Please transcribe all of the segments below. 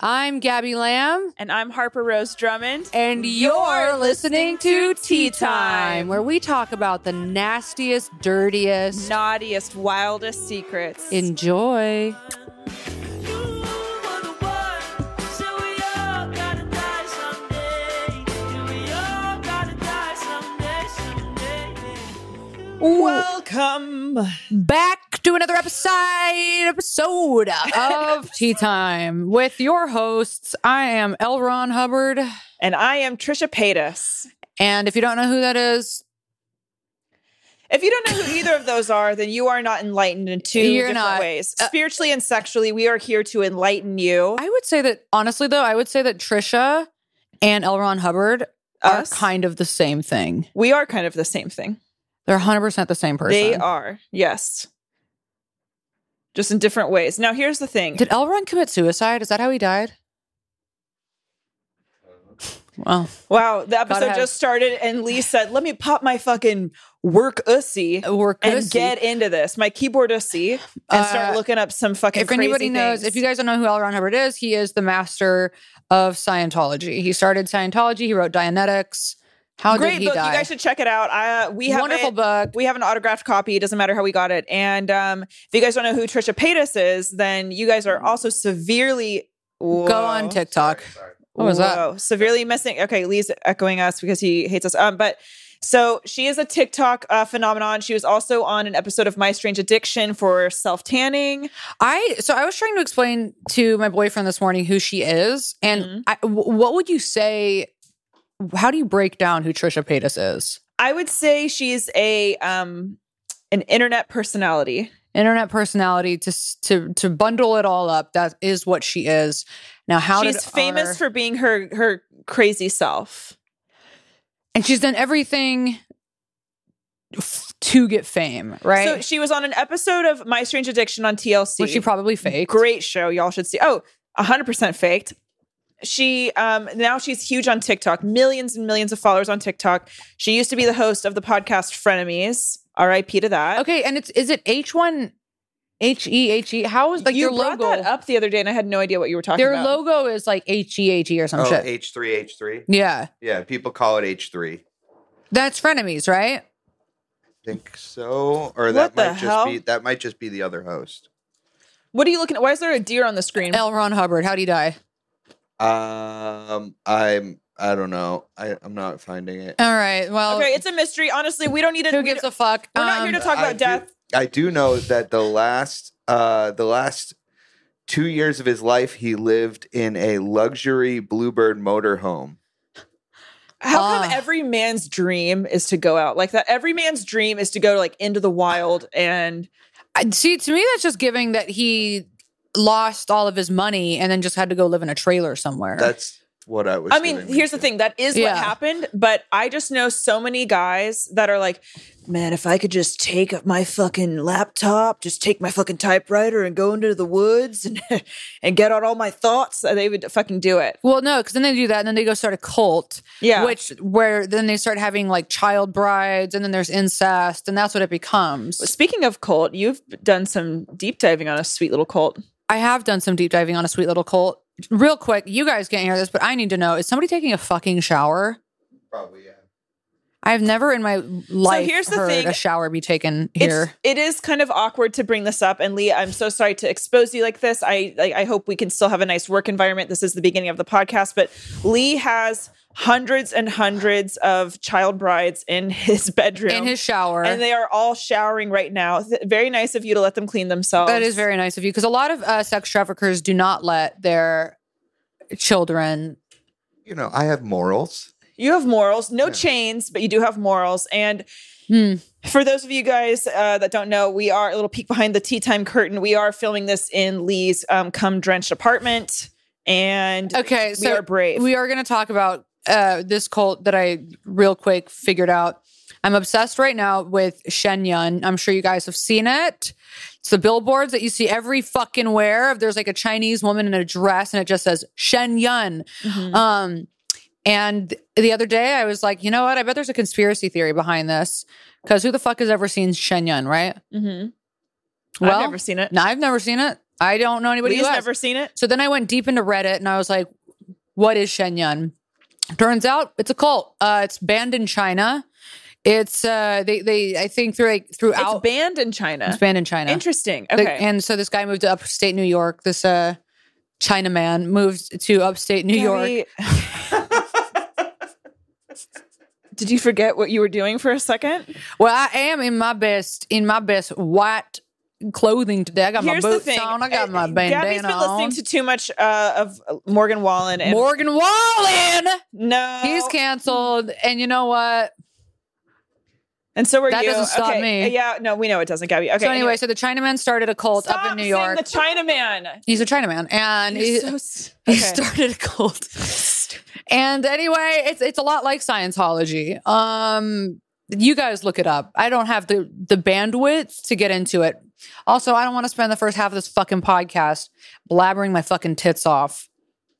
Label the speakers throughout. Speaker 1: I'm Gabby Lamb,
Speaker 2: And I'm Harper Rose Drummond.
Speaker 1: and you're listening to Tea Time, where we talk about the nastiest, dirtiest.
Speaker 2: Naughtiest, wildest secrets.
Speaker 1: Enjoy.
Speaker 2: Welcome.
Speaker 1: Back to another episode, episode of Tea Time with your hosts. I am L. Ron Hubbard.
Speaker 2: And I am Trisha Paytas.
Speaker 1: And if you don't know who that is,
Speaker 2: If you don't know who either of those are, then you are not enlightened in 2
Speaker 1: You're
Speaker 2: different
Speaker 1: not.
Speaker 2: ways.
Speaker 1: Uh,
Speaker 2: Spiritually and sexually, we are here to enlighten you.
Speaker 1: I would say that, honestly, though, I would say that Trisha and L. Ron Hubbard
Speaker 2: Us?
Speaker 1: are kind of the same thing.
Speaker 2: we are kind of the same thing.
Speaker 1: They're 100% the same person.
Speaker 2: They are, yes. Just in different ways. Now, here's the thing.
Speaker 1: Did Elrond commit suicide? Is that how he died? Well,
Speaker 2: wow, the episode
Speaker 1: have-
Speaker 2: just started, and Lee said, Let me pop my fucking work ussy.
Speaker 1: we're
Speaker 2: and get into this. My keyboard see and start
Speaker 1: Uh,
Speaker 2: looking up some fucking.
Speaker 1: if anybody
Speaker 2: crazy
Speaker 1: knows,
Speaker 2: things.
Speaker 1: if you guys don't know who L. Ron Hubbard is, he is the master of Scientology. He started Scientology. He wrote Dianetics. How
Speaker 2: great
Speaker 1: did he
Speaker 2: book,
Speaker 1: die?
Speaker 2: you guys should check it out. I, uh, we have
Speaker 1: Wonderful
Speaker 2: it-
Speaker 1: book.
Speaker 2: We have an autographed copy. It doesn't matter how we got it. And um, if you guys don't know who Trisha Paytas is, then you guys are also severely
Speaker 1: Go on TikTok. What was that?
Speaker 2: Whoa, Severely missing. Okay, Lee's echoing us because he hates us. Um, but so she is a TikTok uh, phenomenon. She was also on an episode of My Strange Addiction for self tanning.
Speaker 1: I so I was trying to explain to my boyfriend this morning who she is, and
Speaker 2: Mhm.
Speaker 1: I w what would you say? How do you break down who Trisha Paytas is?
Speaker 2: I would say she's a um an internet personality.
Speaker 1: internet personality to s- to to bundle it all up that is what she is now how
Speaker 2: she's
Speaker 1: did
Speaker 2: famous
Speaker 1: our-
Speaker 2: for being her her crazy self.
Speaker 1: and she's done everything f- to get fame right
Speaker 2: So she was on an episode of My Strange Addiction on TLC.
Speaker 1: which she probably faked
Speaker 2: Great show, y'all should see. Oh, 100% faked. She um now she's huge on TikTok. Millions and millions of followers on TikTok. She used to be the host of the podcast Frenemies. RIP to that.
Speaker 1: okay and it's is it h1 h-e-h-e E how is like
Speaker 2: you
Speaker 1: their
Speaker 2: brought
Speaker 1: logo
Speaker 2: that up the other day and I had no idea what you were talking
Speaker 1: their
Speaker 2: about.
Speaker 1: logo is like h-e-h-e E or some
Speaker 3: Oh,
Speaker 1: shit
Speaker 3: H E. three, H three.
Speaker 1: yeah
Speaker 3: Yeah, people call it H three.
Speaker 1: that's frenemies right
Speaker 3: Think so, or
Speaker 2: What
Speaker 3: that
Speaker 2: the
Speaker 3: might just
Speaker 2: hell?
Speaker 3: be that might just be the other host.
Speaker 2: what are you looking at? Why is there a deer on the screen?
Speaker 1: l ron hubbard how'd he die
Speaker 3: Um, I'm I don't know. I I'm not finding it.
Speaker 1: all right well
Speaker 2: Okay, it's a mystery. Honestly, we don't need to
Speaker 1: who
Speaker 2: we
Speaker 1: gives
Speaker 2: don't-
Speaker 1: a fuck
Speaker 2: We're not here to
Speaker 1: Um,
Speaker 2: talk
Speaker 3: I
Speaker 2: about
Speaker 3: do-
Speaker 2: death.
Speaker 3: I do know that the last uh the last two years of his life he lived in a luxury bluebird motorhome.
Speaker 2: How come
Speaker 1: Ah.
Speaker 2: every man's dream is to go out like that? Every man's dream is to go like into the wild and
Speaker 1: I- See, to me, that's just giving that he lost all of his money and then just had to go live in a trailer somewhere.
Speaker 3: That's what I was
Speaker 2: I mean,
Speaker 3: giving me
Speaker 2: here's the
Speaker 3: to.
Speaker 2: thing, that is
Speaker 1: Yeah.
Speaker 2: what happened, but I just know so many guys that are like, "Man, if I could just take up my fucking laptop, just take my fucking typewriter and go into the woods and and get out all my thoughts," they would fucking do it.
Speaker 1: well, no, because then they do that, and then they go start a cult,
Speaker 2: Yeah.
Speaker 1: which where then they start having like child brides, and then there's incest, and that's what it becomes.
Speaker 2: Speaking of cult, you've done some deep diving on a sweet little cult.
Speaker 1: I have done some deep diving on a sweet little cult. Real quick, you guys can't hear this, but I need to know: is somebody taking a fucking shower?
Speaker 3: probably yeah.
Speaker 1: I've never in my life
Speaker 2: here's the
Speaker 1: heard
Speaker 2: thing.
Speaker 1: a shower be taken
Speaker 2: It's-
Speaker 1: here.
Speaker 2: It is kind of awkward to bring this up, and Lee, I'm so sorry to expose you like this. I like, I hope we can still have a nice work environment. This is the beginning of the podcast, but Lee has hundreds and hundreds of child brides in his bedroom,
Speaker 1: in his shower,
Speaker 2: and they are all showering right now. Th- very nice of you to let them clean themselves.
Speaker 1: That is very nice of you because a lot of uh, sex traffickers do not let their children.
Speaker 3: You know, I have morals.
Speaker 2: You have morals, no
Speaker 3: Yeah.
Speaker 2: chains, but you do have morals, and
Speaker 1: Hmm.
Speaker 2: For those of you guys uh, that don't know, we are a little peek behind the tea time curtain. We are filming this in Lee's um, cum drenched apartment, and
Speaker 1: Okay,
Speaker 2: we
Speaker 1: so
Speaker 2: are brave.
Speaker 1: we are going to talk about uh, this cult that I real quick figured out. I'm obsessed right now with Shen Yun. I'm sure you guys have seen it. It's the billboards that you see every fucking where. If there's like a Chinese woman in a dress and it just says Shen Yun.
Speaker 2: Mhm.
Speaker 1: Um, and the other day I was like, you know what? I bet there's a conspiracy theory behind this because who the fuck has ever seen Shen Yun, right?
Speaker 2: Mhm.
Speaker 1: Mm-hmm. Well,
Speaker 2: I've never seen it.
Speaker 1: No, I've never seen it. I don't know anybody
Speaker 2: Lee's
Speaker 1: who has.
Speaker 2: never seen it.
Speaker 1: So then I went deep into Reddit and I was like, what is Shenyun? Turns out it's a cult. Uh, it's banned in China. It's uh, they they I think through like throughout
Speaker 2: It's banned in China.
Speaker 1: it's banned in China.
Speaker 2: Interesting.
Speaker 1: The-
Speaker 2: Okay.
Speaker 1: and so this guy moved to upstate New York. This uh Chinaman moved to upstate New York.
Speaker 2: Did you forget what you were doing for a second?
Speaker 1: Well, I am in my best in my best white clothing today. I got
Speaker 2: Here's
Speaker 1: my
Speaker 2: the
Speaker 1: boots
Speaker 2: thing.
Speaker 1: on. I got
Speaker 2: Uh,
Speaker 1: my
Speaker 2: Gabby's
Speaker 1: bandana
Speaker 2: been listening
Speaker 1: on.
Speaker 2: to too much uh, of Morgan Wallen and
Speaker 1: Morgan Wallen.
Speaker 2: no,
Speaker 1: He's canceled. And you know what?
Speaker 2: and so are
Speaker 1: That
Speaker 2: you.
Speaker 1: doesn't stop
Speaker 2: okay.
Speaker 1: me.
Speaker 2: uh, Yeah, no, we know it doesn't, Gabby. Okay.
Speaker 1: so anyway, so the Chinaman started a cult
Speaker 2: stop
Speaker 1: up in New
Speaker 2: saying
Speaker 1: York.
Speaker 2: The Chinaman.
Speaker 1: He's a Chinaman, and
Speaker 2: You're
Speaker 1: he,
Speaker 2: so s-
Speaker 1: he
Speaker 2: okay.
Speaker 1: started a cult. and anyway, it's it's a lot like Scientology. Um, you guys look it up. I don't have the the bandwidth to get into it. Also, I don't want to spend the first half of this fucking podcast blabbering my fucking tits off.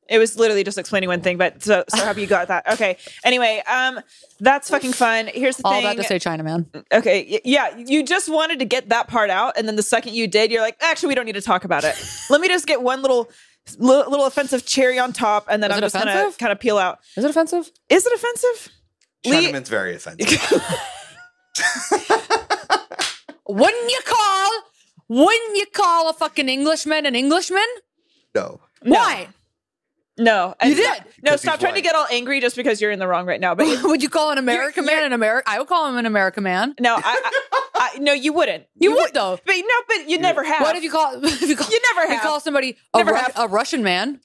Speaker 2: It was literally just explaining one thing, but so so happy you got that. Okay. Anyway, um, that's fucking fun. Here's the
Speaker 1: All
Speaker 2: thing.
Speaker 1: that to say, Chinaman.
Speaker 2: Okay, y- yeah, you just wanted to get that part out, and then the second you did, you're like, actually, we don't need to talk about it. Let me just get one little, li- little offensive cherry on top, and then
Speaker 1: Was
Speaker 2: I'm
Speaker 1: it
Speaker 2: just gonna
Speaker 1: offensive?
Speaker 2: kind of peel out.
Speaker 1: Is it offensive?
Speaker 2: Is it offensive? Lee-
Speaker 3: Chinaman's very offensive.
Speaker 1: Wouldn't you call? Wouldn't you call a fucking Englishman an Englishman?
Speaker 3: no.
Speaker 1: Why
Speaker 2: No, I-
Speaker 1: You did.
Speaker 2: No,
Speaker 3: 'Cause
Speaker 2: stop
Speaker 3: he's
Speaker 2: trying to
Speaker 3: white.
Speaker 2: get all angry just because you're in the wrong right now. But
Speaker 1: would you call an American man an American? I would call him an American man.
Speaker 2: no, I, I, I, no, you wouldn't.
Speaker 1: You would, though.
Speaker 2: But no, but you never have.
Speaker 1: What if you call? If you, call
Speaker 2: You never
Speaker 1: if You
Speaker 2: have.
Speaker 1: call somebody a,
Speaker 2: Never
Speaker 1: Ru-
Speaker 2: have.
Speaker 1: a Russian man.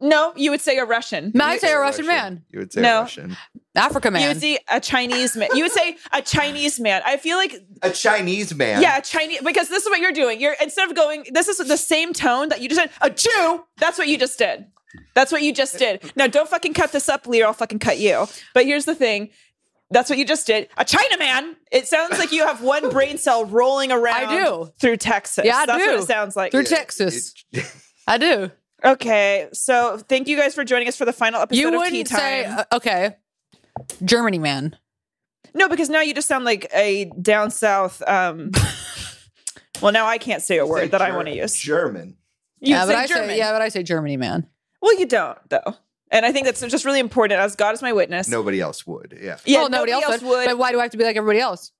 Speaker 2: No, you would say a Russian.
Speaker 1: I'd
Speaker 3: You'd
Speaker 1: say a Russian, man,
Speaker 3: You would say
Speaker 2: No.
Speaker 3: a Russian.
Speaker 1: Africa
Speaker 2: You
Speaker 1: man.
Speaker 2: would say a Chinese man. You would say a Chinese man. I feel like
Speaker 3: A Chinese man.
Speaker 2: Yeah, Chinese. Because this is what you're doing. You're instead of going, this is the same tone that you just said. A Jew. That's what you just did. That's what you just did. Now don't fucking cut this up, Lee, or I'll fucking cut you. But here's the thing. That's what you just did. A Chinaman. It sounds like you have one brain cell rolling around.
Speaker 1: I do.
Speaker 2: through Texas.
Speaker 1: Yeah, I
Speaker 2: that's what
Speaker 1: do.
Speaker 2: it sounds like.
Speaker 1: Through Texas, I do.
Speaker 2: okay, so thank you guys for joining us for the final episode
Speaker 1: You
Speaker 2: of Tea
Speaker 1: wouldn't
Speaker 2: Time.
Speaker 1: say uh, okay, Germany man.
Speaker 2: no, because now you just sound like a down south. Um, well, now I can't say a word that I want to use.
Speaker 3: German.
Speaker 2: You
Speaker 1: yeah,
Speaker 2: say
Speaker 1: but I
Speaker 2: German.
Speaker 1: say yeah, but I say Germany man.
Speaker 2: Well, you don't though, and I think that's just really important. As God is my witness.
Speaker 3: Nobody else would. Yeah.
Speaker 2: yeah,
Speaker 1: well, nobody, else would. But why do I have to be like everybody else?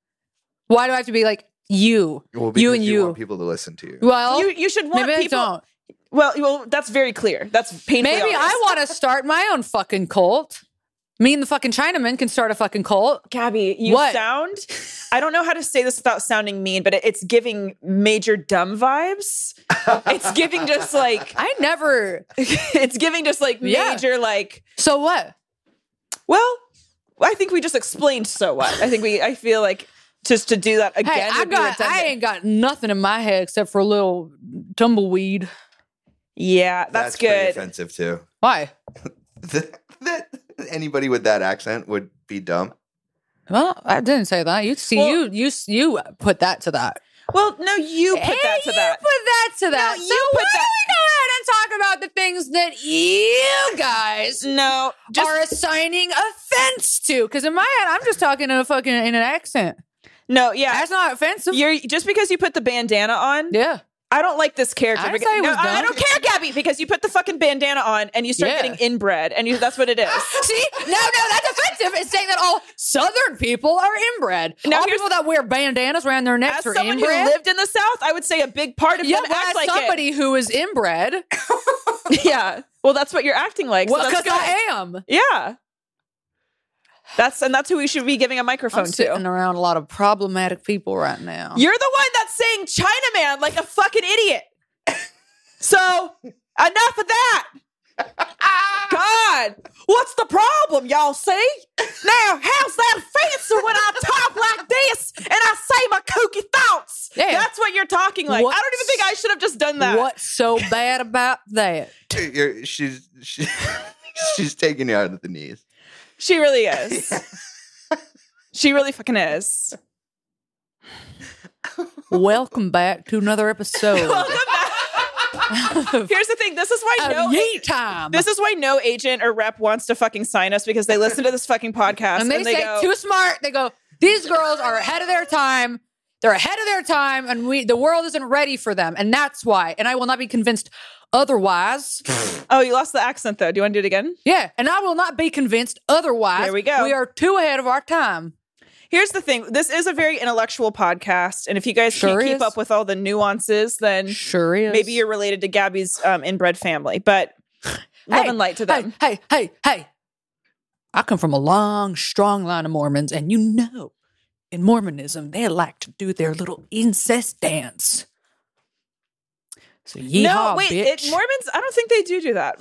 Speaker 1: Why do I have to be like you?
Speaker 3: Well,
Speaker 1: you
Speaker 3: because
Speaker 1: and
Speaker 3: you,
Speaker 1: you.
Speaker 3: want people to listen to you.
Speaker 1: well,
Speaker 2: you you should want
Speaker 1: maybe I
Speaker 2: people.
Speaker 1: don't.
Speaker 2: Well, well, that's very clear. That's painful.
Speaker 1: Maybe I want to start my own fucking cult. Me and the fucking Chinaman can start a fucking cult.
Speaker 2: Gabby, you
Speaker 1: What?
Speaker 2: sound. I don't know how to say this without sounding mean, but it, it's giving major dumb vibes. it's giving just like
Speaker 1: I never.
Speaker 2: it's giving just like
Speaker 1: Yeah.
Speaker 2: major like.
Speaker 1: So what?
Speaker 2: Well, I think we just explained so what. I think we. I feel like just to do that again
Speaker 1: Hey, I
Speaker 2: would be
Speaker 1: got. I
Speaker 2: redundant.
Speaker 1: ain't got nothing in my head except for a little tumbleweed.
Speaker 2: Yeah, that's,
Speaker 3: pretty
Speaker 2: good.
Speaker 3: offensive too.
Speaker 1: Why?
Speaker 3: that anybody with that accent would be dumb.
Speaker 1: Well, I didn't say that. You see,
Speaker 2: Well-
Speaker 1: you you you put that to that.
Speaker 2: Well, no, you put
Speaker 1: Hey,
Speaker 2: that to that.
Speaker 1: You put that to that.
Speaker 2: you
Speaker 1: so why
Speaker 2: put that-
Speaker 1: don't we go ahead and talk about the things that you guys
Speaker 2: No, just
Speaker 1: are assigning offense to? Because in my head, I'm just talking in a fucking in an accent.
Speaker 2: no, yeah.
Speaker 1: That's not offensive.
Speaker 2: You're just because you put the bandana on.
Speaker 1: yeah.
Speaker 2: I don't like this character.
Speaker 1: I didn't
Speaker 2: because-
Speaker 1: say it was
Speaker 2: No, I
Speaker 1: dumb.
Speaker 2: don't care, Gabby, because you put the fucking bandana on and you start
Speaker 1: Yeah.
Speaker 2: getting inbred, and you, that's what it is.
Speaker 1: See, no, no, that's offensive. It's saying that all Southern people are inbred.
Speaker 2: Now
Speaker 1: all
Speaker 2: here's-
Speaker 1: people that wear bandanas around their necks
Speaker 2: As
Speaker 1: are
Speaker 2: someone
Speaker 1: inbred.
Speaker 2: who lived in the South, I would say a big part of
Speaker 1: yeah,
Speaker 2: them
Speaker 1: but
Speaker 2: acts
Speaker 1: as
Speaker 2: like
Speaker 1: somebody who is inbred,
Speaker 2: it. yeah. Well, that's what you're acting like. so
Speaker 1: well,
Speaker 2: that's
Speaker 1: because
Speaker 2: good.
Speaker 1: I am.
Speaker 2: Yeah. That's and that's who we should be giving a microphone
Speaker 1: I'm
Speaker 2: to.
Speaker 1: sitting around a lot of problematic people right now.
Speaker 2: You're the one that's saying Chinaman like a fucking idiot. so enough of that. God, what's the problem, y'all see? Now, how's that offensive when I talk like this and I say my kooky thoughts?
Speaker 1: Yeah.
Speaker 2: That's what you're talking like. I don't
Speaker 1: What's-
Speaker 2: even think I should have just done that.
Speaker 1: What's so bad about that?
Speaker 3: You're- she's she- she's taking you out of the knees.
Speaker 2: She really is. she really fucking is.
Speaker 1: Welcome back to another episode
Speaker 2: Welcome back. Here's the thing. This is why
Speaker 1: of
Speaker 2: no
Speaker 1: Yeet Time.
Speaker 2: This is why no agent or rep wants to fucking sign us because they listen to this fucking podcast
Speaker 1: and they, say
Speaker 2: go,
Speaker 1: too smart. They go, these girls are ahead of their time. They're ahead of their time, and we the world isn't ready for them, and that's why. And I will not be convinced otherwise.
Speaker 2: Oh, you lost the accent though. Do you want to do it again?
Speaker 1: yeah, and I will not be convinced otherwise.
Speaker 2: There we go.
Speaker 1: We are too ahead of our time.
Speaker 2: Here's the thing. This is a very intellectual podcast, and if you guys
Speaker 1: Sure
Speaker 2: can't keep
Speaker 1: is.
Speaker 2: up with all the nuances, then
Speaker 1: Sure is.
Speaker 2: maybe you're related to Gabby's um, inbred family. But love and light to them.
Speaker 1: Hey, hey, hey, hey. I come from a long, strong line of Mormons, and you know, in Mormonism, they like to do their little incest dance. So yeehaw,
Speaker 2: no, wait.
Speaker 1: bitch.
Speaker 2: It, Mormons. I don't think they do do that.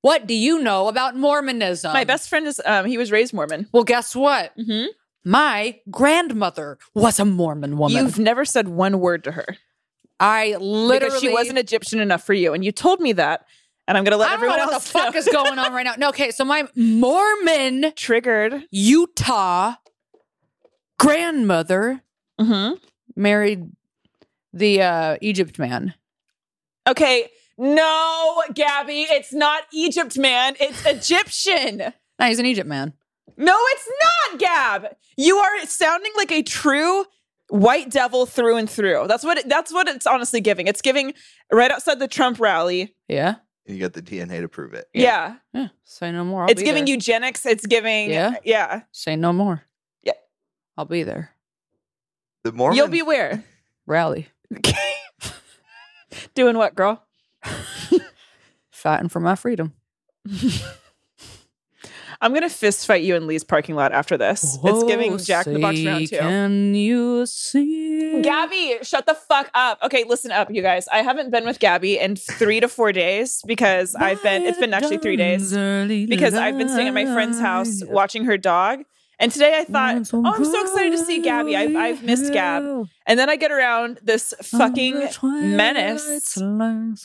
Speaker 1: what do you know about Mormonism?
Speaker 2: My best friend is. Um, he was raised Mormon.
Speaker 1: Well, guess what?
Speaker 2: Mhm.
Speaker 1: My grandmother was a Mormon woman.
Speaker 2: You've never said one word to her
Speaker 1: I literally
Speaker 2: because she wasn't Egyptian enough for you, and you told me that. And I'm gonna let
Speaker 1: I don't know
Speaker 2: everyone
Speaker 1: what the
Speaker 2: else
Speaker 1: fuck
Speaker 2: know.
Speaker 1: is going on right now. No, okay, so my Mormon
Speaker 2: triggered.
Speaker 1: Utah grandmother
Speaker 2: hmm
Speaker 1: married the uh, Egypt man.
Speaker 2: Okay. No, Gabby, it's not Egypt, man. It's Egyptian.
Speaker 1: No, he's an Egypt man.
Speaker 2: No, it's not, Gab. You are sounding like a true white devil through and through. That's what it, that's what it's honestly giving. It's giving right outside the Trump rally.
Speaker 1: Yeah.
Speaker 3: You got the DNA to prove it.
Speaker 2: Yeah.
Speaker 1: Yeah. Say no more. I'll
Speaker 2: It's
Speaker 1: be
Speaker 2: giving
Speaker 1: there.
Speaker 2: eugenics. It's giving
Speaker 1: Yeah?
Speaker 2: yeah.
Speaker 1: Say no more.
Speaker 2: Yeah.
Speaker 1: I'll be there.
Speaker 3: The Mormon.
Speaker 2: You'll be where?
Speaker 1: Rally.
Speaker 2: Doing what, girl?
Speaker 1: Fighting for my freedom.
Speaker 2: I'm gonna fist fight you in Lee's parking lot after this. it's giving
Speaker 1: Oh,
Speaker 2: Jack in the Box round
Speaker 1: say,
Speaker 2: two.
Speaker 1: Can you see?
Speaker 2: Gabby, shut the fuck up. Okay, listen up, you guys. I haven't been with Gabby in three to four days because I've been it's been actually three days. because I've been staying at my friend's house watching her dog. And today I thought, oh, I'm so excited to see Gabby. I've, I've missed Gab. And then I get around this fucking menace. No,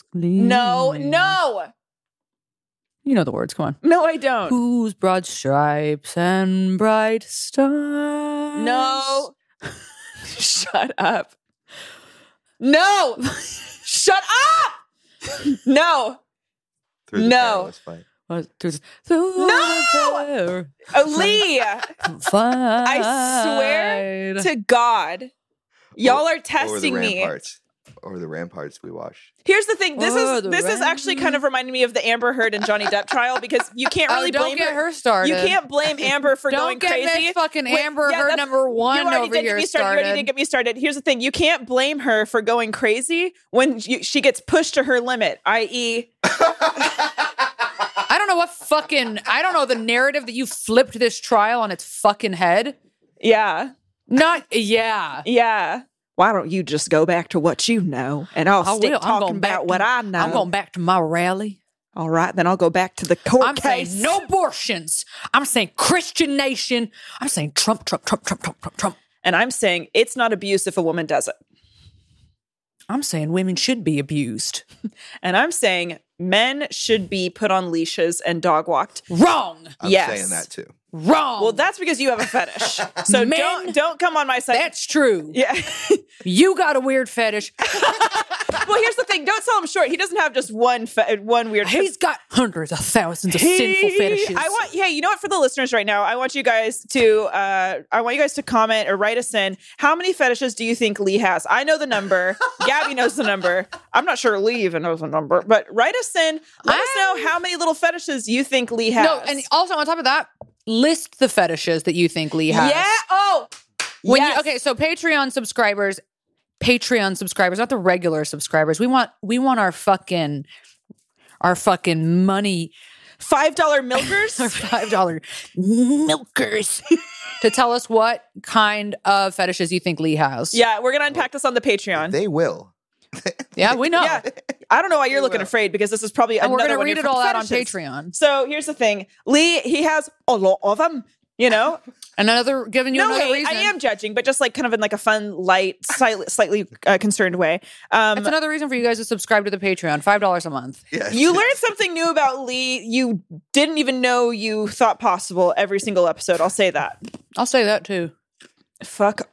Speaker 2: no,
Speaker 1: You know the words. Come on.
Speaker 2: no, I don't.
Speaker 1: Whose broad stripes and bright stars?
Speaker 2: No. Shut up. No. Shut up. No.
Speaker 3: through the
Speaker 2: No.
Speaker 3: perilous fight.
Speaker 1: Was through the- through
Speaker 2: No! Ali,
Speaker 1: the fire.
Speaker 2: I to God, y'all are
Speaker 3: Over the
Speaker 2: testing me.
Speaker 3: ramparts. Over the ramparts we watched.
Speaker 2: Here's the thing. This
Speaker 1: Oh,
Speaker 2: is
Speaker 1: the
Speaker 2: this is actually kind of reminding me of the Amber Heard and Johnny Depp trial because you can't
Speaker 1: Oh,
Speaker 2: really
Speaker 1: don't
Speaker 2: blame
Speaker 1: get her
Speaker 2: You
Speaker 1: started.
Speaker 2: can't blame Amber for
Speaker 1: don't
Speaker 2: going
Speaker 1: get
Speaker 2: crazy.
Speaker 1: This fucking
Speaker 2: Wait,
Speaker 1: Amber
Speaker 2: yeah,
Speaker 1: Heard
Speaker 2: that's-
Speaker 1: number
Speaker 2: you
Speaker 1: one
Speaker 2: already
Speaker 1: over
Speaker 2: did
Speaker 1: here
Speaker 2: get me started.
Speaker 1: started.
Speaker 2: You already did get me started. Here's the thing: you can't blame her for going crazy when you, she gets pushed to her limit, e, i.e.,
Speaker 1: I don't know what fucking. I don't know the narrative that you flipped this trial on its fucking head.
Speaker 2: yeah,
Speaker 1: Not yeah.
Speaker 2: yeah. Why don't you just go back to what you know, and I'll
Speaker 1: I
Speaker 2: stick
Speaker 1: will. I'm
Speaker 2: talking
Speaker 1: going back
Speaker 2: about
Speaker 1: to-
Speaker 2: what I know.
Speaker 1: I'm going back to my rally.
Speaker 2: All right, then I'll go back to the court
Speaker 1: I'm
Speaker 2: case.
Speaker 1: saying no abortions. I'm saying Christian nation. I'm saying Trump, Trump, Trump, Trump, Trump, Trump, Trump.
Speaker 2: and I'm saying it's not abuse if a woman does it.
Speaker 1: I'm saying women should be abused.
Speaker 2: And I'm saying men should be put on leashes and dog walked.
Speaker 1: Wrong.
Speaker 3: I'm
Speaker 2: Yes.
Speaker 3: saying that too.
Speaker 1: Wrong.
Speaker 2: Well, that's because you have a fetish. So
Speaker 1: Men-
Speaker 2: don't don't come on my side.
Speaker 1: that's true.
Speaker 2: yeah.
Speaker 1: You got a weird fetish.
Speaker 2: well, here's the thing. Don't sell him short. He doesn't have just one fe- one weird.
Speaker 1: He's got hundreds of thousands of sinful
Speaker 2: He-
Speaker 1: fetishes.
Speaker 2: I want. Hey, you know what? For the listeners right now, I want you guys to. Uh, I want you guys to comment or write us in. How many fetishes do you think Lee has? I know the number. Gabby knows the number. I'm not sure Lee even knows the number. But write us in. Let us know how many little fetishes you think Lee has.
Speaker 1: no, and also on top of that, list the fetishes that you think Lee has.
Speaker 2: yeah. Oh.
Speaker 1: When
Speaker 2: Yes.
Speaker 1: you okay, so Patreon subscribers, Patreon subscribers, not the regular subscribers. We want we want our fucking our fucking money,
Speaker 2: Five dollar milkers.
Speaker 1: our five dollar milkers to tell us what kind of fetishes you think Lee has.
Speaker 2: yeah, we're gonna unpack this on the Patreon.
Speaker 3: They will.
Speaker 1: Yeah, we know.
Speaker 2: Yeah. I don't know why you're looking
Speaker 3: will.
Speaker 2: afraid because this is probably
Speaker 1: And we're
Speaker 2: another
Speaker 1: gonna
Speaker 2: one of
Speaker 1: read
Speaker 2: your
Speaker 1: it all out on
Speaker 2: fetishes.
Speaker 1: Patreon.
Speaker 2: So here's the thing, Lee. He has a lot of them. You know,
Speaker 1: Another giving you
Speaker 2: no
Speaker 1: another
Speaker 2: hate.
Speaker 1: reason.
Speaker 2: I am judging, but just like kind of in like a fun, light, slightly, slightly uh, concerned way.
Speaker 1: That's
Speaker 2: Um,
Speaker 1: another reason for you guys to subscribe to the Patreon. Five dollars a month.
Speaker 3: Yes.
Speaker 2: you learn something new about Lee you didn't even know you thought possible every single episode. I'll say that.
Speaker 1: I'll say that too.
Speaker 2: fuck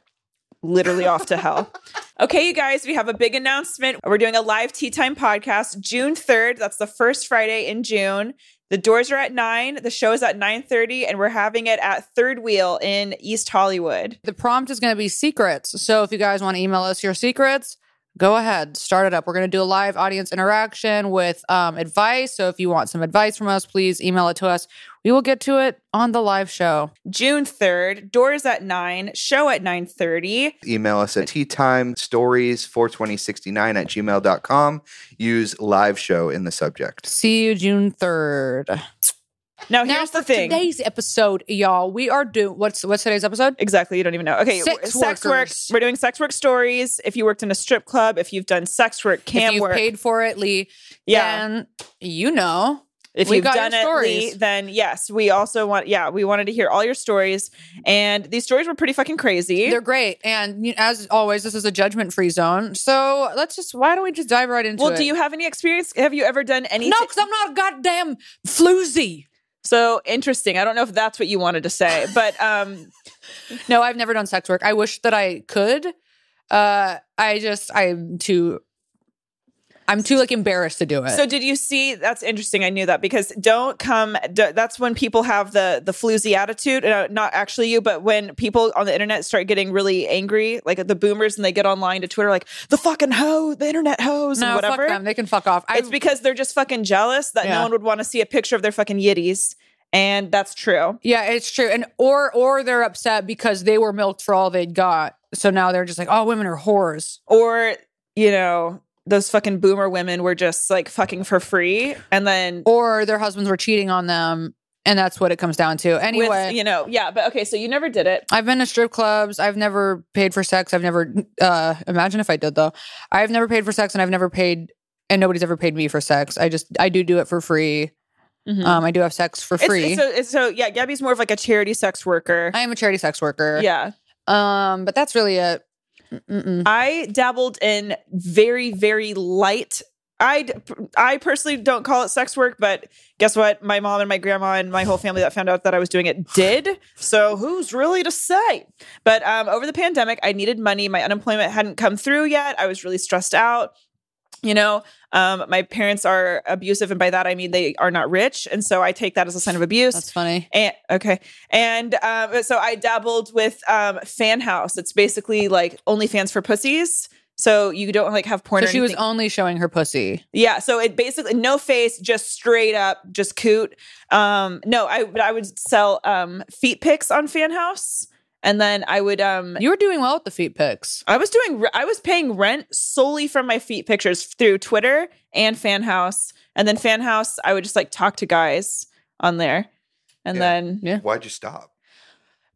Speaker 2: literally off to hell. Okay, you guys, we have a big announcement. We're doing a live tea time podcast June 3rd. That's the first Friday in June. The doors are at nine. The show is at nine thirty, and we're having it at Third Wheel in East Hollywood.
Speaker 1: The prompt is going to be secrets. So if you guys want to email us your secrets, go ahead, start it up. We're going to do a live audience interaction with um, advice. So if you want some advice from us, please email it to us. We will get to it on the live show.
Speaker 2: June third. Doors at nine. Show at nine thirty.
Speaker 3: Email us at teatime stories 42069 at gmail.com. Use live show in the subject.
Speaker 1: See you June 3rd.
Speaker 2: Now here's
Speaker 1: now
Speaker 2: the
Speaker 1: for
Speaker 2: thing.
Speaker 1: Today's episode, y'all, we are doing what's what's today's episode?
Speaker 2: Exactly. You don't even know. Okay.
Speaker 1: Sex
Speaker 2: work.
Speaker 1: workers.
Speaker 2: We're doing sex work stories. If you worked in a strip club, if you've done sex work,
Speaker 1: If
Speaker 2: camp
Speaker 1: you've
Speaker 2: work.
Speaker 1: paid for it, Lee,
Speaker 2: yeah.
Speaker 1: then you know.
Speaker 2: if
Speaker 1: we
Speaker 2: you've
Speaker 1: got
Speaker 2: done
Speaker 1: your
Speaker 2: it, Lee,
Speaker 1: stories.
Speaker 2: then yes, we also want, yeah, we wanted to hear all your stories. And these stories were pretty fucking crazy.
Speaker 1: They're great. And you- as always, this is a judgment free zone. So let's just, why don't we just dive right into
Speaker 2: well,
Speaker 1: it?
Speaker 2: do you have any experience? Have you ever done anything?
Speaker 1: No, because I'm not a goddamn floozy.
Speaker 2: so interesting. I don't know if that's what you wanted to say, but um,
Speaker 1: No, I've never done sex work. I wish that I could. Uh, I just, I'm too, I'm too like embarrassed to do it.
Speaker 2: so did you see? That's interesting. I knew that because don't come. d- that's when people have the the floozy attitude. Uh, not actually you, but when people on the internet start getting really angry, like the boomers, and they get online to Twitter, like the fucking hoe, the internet hoes,
Speaker 1: no,
Speaker 2: and whatever.
Speaker 1: fuck them. They can fuck off. I,
Speaker 2: it's because they're just fucking jealous that
Speaker 1: Yeah.
Speaker 2: no one would want to see a picture of their fucking yitties. And that's true.
Speaker 1: yeah, it's true. And or or they're upset because they were milked for all they'd got. So now they're just like, oh, women are whores.
Speaker 2: Or, you know, those fucking boomer women were just like fucking for free. And then
Speaker 1: Or their husbands were cheating on them, and that's what it comes down to. Anyway,
Speaker 2: with, you know, yeah, but okay, so you never did it.
Speaker 1: I've been to strip clubs. I've never paid for sex. I've never uh imagine if I did though. I've never paid for sex and I've never paid and nobody's ever paid me for sex. I just I do do it for free. Um I do have sex for
Speaker 2: Mm-hmm. It's-
Speaker 1: free.
Speaker 2: It's, so, it's so, yeah, Gabby's more of like a charity sex worker.
Speaker 1: I am a charity sex worker.
Speaker 2: yeah.
Speaker 1: Um but that's really it. Mm-mm.
Speaker 2: I dabbled in very, very light. I, I personally don't call it sex work, but guess what? My mom and my grandma and my whole family that found out that I was doing it did. So who's really to say? But um, over the pandemic, I needed money. My unemployment hadn't come through yet. I was really stressed out. You know, um, my parents are abusive, and by that I mean they are not rich, and so I take that as a sign of abuse.
Speaker 1: That's funny.
Speaker 2: And okay, and um, so I dabbled with um, Fan House. It's basically like OnlyFans for pussies. So you don't like have porn.
Speaker 1: So
Speaker 2: or
Speaker 1: she was
Speaker 2: anything.
Speaker 1: only showing her pussy.
Speaker 2: yeah. So it basically no face, just straight up, just coot. Um, no, I but I would sell um, feet pics on Fan House, and then I would um,
Speaker 1: You were doing well with the feet pics.
Speaker 2: I was doing re- I was paying rent solely from my feet pictures through Twitter and Fan House, and then Fan House I would just like talk to guys on there, and
Speaker 3: Yeah.
Speaker 2: then
Speaker 1: Yeah.
Speaker 3: Why'd you stop?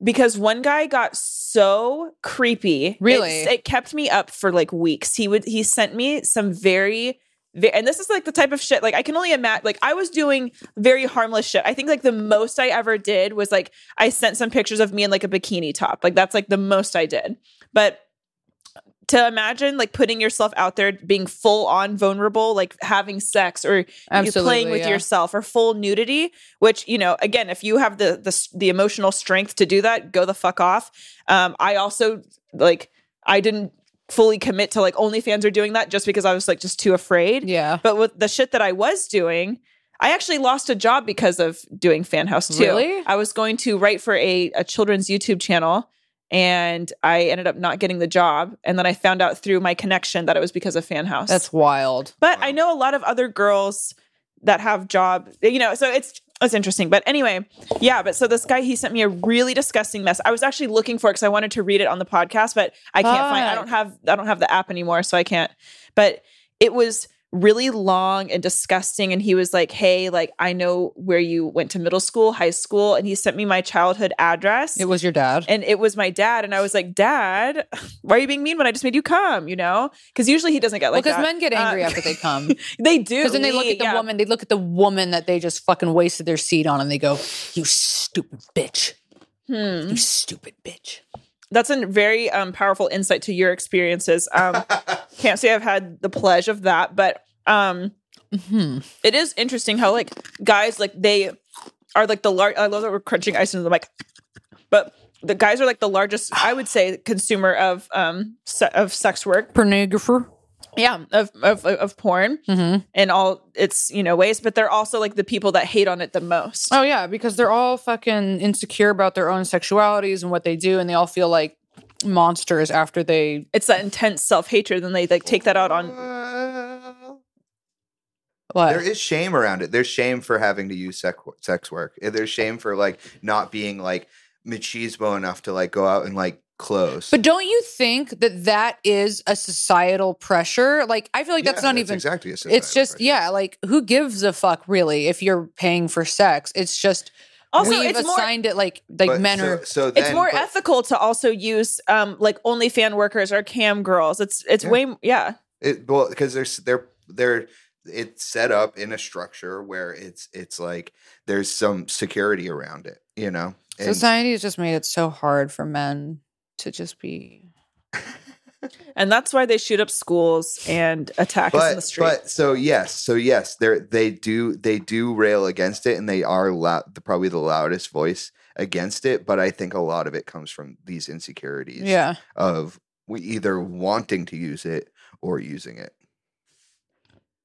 Speaker 2: because one guy got so creepy.
Speaker 1: Really?
Speaker 2: It's- it, kept me up for like weeks. He would he sent me some very, ve- and this is like the type of shit like I can only imagine. Like I was doing very harmless shit. I think like the most I ever did was like I sent some pictures of me in like a bikini top. Like that's like the most I did. But to imagine like putting yourself out there being full on vulnerable, like having sex or you
Speaker 1: Absolutely.
Speaker 2: playing with
Speaker 1: yeah.
Speaker 2: yourself or full nudity which you know again if you have the the, s- the emotional strength to do that go the fuck off um i also like i didn't fully commit to like OnlyFans are doing that just because i was like just too afraid
Speaker 1: Yeah.
Speaker 2: but with the shit that i was doing I actually lost a job because of doing fan house too.
Speaker 1: Really?
Speaker 2: I was going to write for a, a children's YouTube channel and I ended up not getting the job. And then I found out through my connection that it was because of fan house.
Speaker 1: That's wild.
Speaker 2: But
Speaker 3: Wow.
Speaker 2: I know a lot of other girls that have job, you know, so it's it's interesting. But anyway, yeah, but so this guy he sent me a really disgusting mess. I was actually looking for it cuz I wanted to read it on the podcast, but I can't find I
Speaker 1: Fuck.
Speaker 2: don't have I don't have the app anymore, so I can't. But it was really long and disgusting and he was like, "Hey, like I know where you went to middle school, high school." And he sent me my childhood address.
Speaker 1: It was your dad.
Speaker 2: And it was my dad. And I was like, Dad, why are you being mean when I just made you come? You know? Because usually he doesn't get like
Speaker 1: because
Speaker 2: that.
Speaker 1: men get angry
Speaker 2: Uh,
Speaker 1: after they come.
Speaker 2: They do.
Speaker 1: Because then they look
Speaker 2: Lee,
Speaker 1: at the
Speaker 2: yeah.
Speaker 1: woman, they look at the woman that they just fucking wasted their seat on and they go, You stupid bitch.
Speaker 2: Hmm.
Speaker 1: You stupid bitch.
Speaker 2: That's a very um, powerful insight to your experiences. Um, can't say I've had the pleasure of that, but um,
Speaker 1: Hmm.
Speaker 2: it is interesting how like guys like they are like the large. I love that we're crunching ice into the mic, but the guys are like the largest. I would say consumer of um se- of sex work.
Speaker 1: Pornographer.
Speaker 2: yeah of of of porn
Speaker 1: Mhm.
Speaker 2: in all its you know ways but they're also like the people that hate on it the most
Speaker 1: Oh yeah, because they're all fucking insecure about their own sexualities and what they do, and they all feel like monsters after they.
Speaker 2: it's that intense self-hatred and they like take that out on
Speaker 3: Well,
Speaker 1: What?
Speaker 3: There is shame around it. There's shame for having to use sex sex work. Eh, There's shame for like not being like machismo enough to like go out and like close.
Speaker 1: But don't you think that that is a societal pressure? Like, I feel like that's
Speaker 3: Yeah,
Speaker 1: not even.
Speaker 3: exactly. a societal
Speaker 1: It's just
Speaker 3: pressure.
Speaker 1: yeah, like who gives a fuck really if you're paying for sex? It's just
Speaker 2: also
Speaker 1: we've
Speaker 2: it's more
Speaker 1: assigned it like like
Speaker 3: But
Speaker 1: men
Speaker 3: so,
Speaker 1: are.
Speaker 3: So
Speaker 2: it's
Speaker 3: then-
Speaker 2: more
Speaker 3: but-
Speaker 2: ethical to also use um like only fan workers or cam girls it's it's
Speaker 3: Yeah.
Speaker 2: way m- yeah
Speaker 3: It, well, because there's they're they're it's set up in a structure where it's it's like there's some security around it, you know. And
Speaker 1: Society has just made it so hard for men to just be.
Speaker 2: and that's why they shoot up schools and attack us in the
Speaker 3: but
Speaker 2: street
Speaker 3: but so yes, so yes, they they do they do rail against it, and they are loud, the, probably the loudest voice against it. But I think a lot of it comes from these insecurities
Speaker 1: Yeah,
Speaker 3: of we either wanting to use it or using it.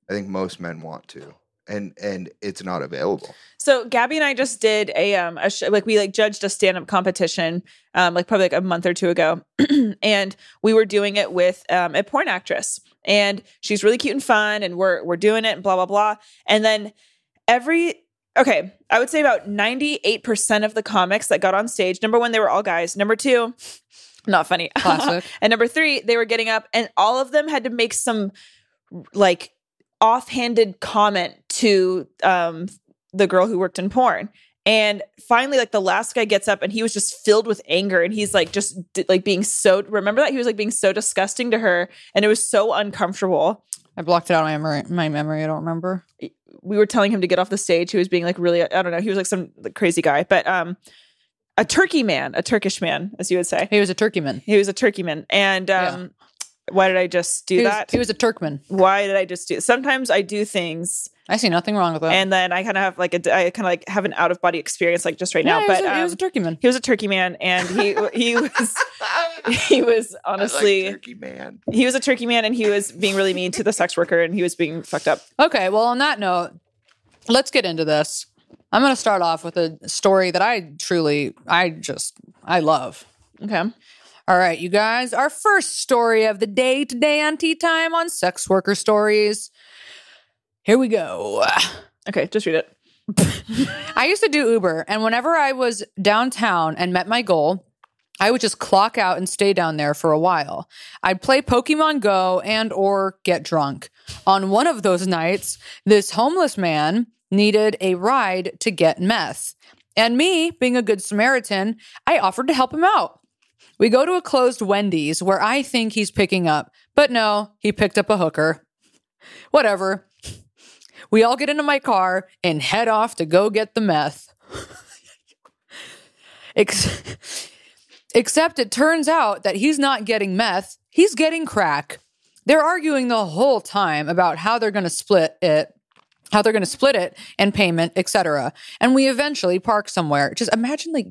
Speaker 3: I think most men want to, and and it's not available.
Speaker 2: So Gabby and I just did a um a sh- like we like judged a stand up competition um like probably like a month or two ago, and we were doing it with um, a porn actress, and she's really cute and fun, and we're we're doing it and blah blah blah, and then every okay I would say about ninety eight percent of the comics that got on stage number one they were all guys number two not funny
Speaker 1: classic.
Speaker 2: and number three, they were getting up, and all of them had to make some like offhanded comment to um, the girl who worked in porn. And finally, like the last guy gets up, and he was just filled with anger, and he's like just di- like being so. Remember that he was like being so disgusting to her, and it was so uncomfortable.
Speaker 1: I blocked it out of my memory. My memory. I don't remember.
Speaker 2: We were telling him to get off the stage. He was being like really, I don't know, he was like some like, crazy guy, but um, a turkey man, a Turkish man, as you would say.
Speaker 1: He was a turkey man.
Speaker 2: He was a turkey man, and um, why did I just do
Speaker 1: He was,
Speaker 2: that?
Speaker 1: he was a Turkman.
Speaker 2: why did I just do? Sometimes I do things,
Speaker 1: I see nothing wrong with that.
Speaker 2: and then I kind of have like a, I kind of like have an out of body experience, like just right
Speaker 1: Yeah,
Speaker 2: now.
Speaker 1: he was
Speaker 2: But
Speaker 1: a- he
Speaker 2: um,
Speaker 1: was a turkey man.
Speaker 2: he was a turkey man, and he he was he was honestly
Speaker 3: turkey man.
Speaker 2: he was a turkey man, and he was being really mean to the sex worker, and he was being fucked up.
Speaker 1: Okay, well, on that note, let's get into this. I'm going to start off with a story that I truly, I just, I love.
Speaker 2: Okay,
Speaker 1: All right, you guys, our first story of the day today on Tea Time on Sex Worker Stories. Here we go.
Speaker 2: okay, just read it.
Speaker 1: I used to do Uber, and whenever I was downtown and met my goal, I would just clock out and stay down there for a while. I'd play Pokemon Go and or get drunk. On one of those nights, this homeless man needed a ride to get meth. And me, being a good Samaritan, I offered to help him out. We go to a closed Wendy's where I think he's picking up, but no, he picked up a hooker. Whatever. We all get into my car and head off to go get the meth. Ex- Except it turns out that he's not getting meth, he's getting crack. They're arguing the whole time about how they're going to split it, how they're going to split it and payment, etc. And we eventually park somewhere. Just imagine like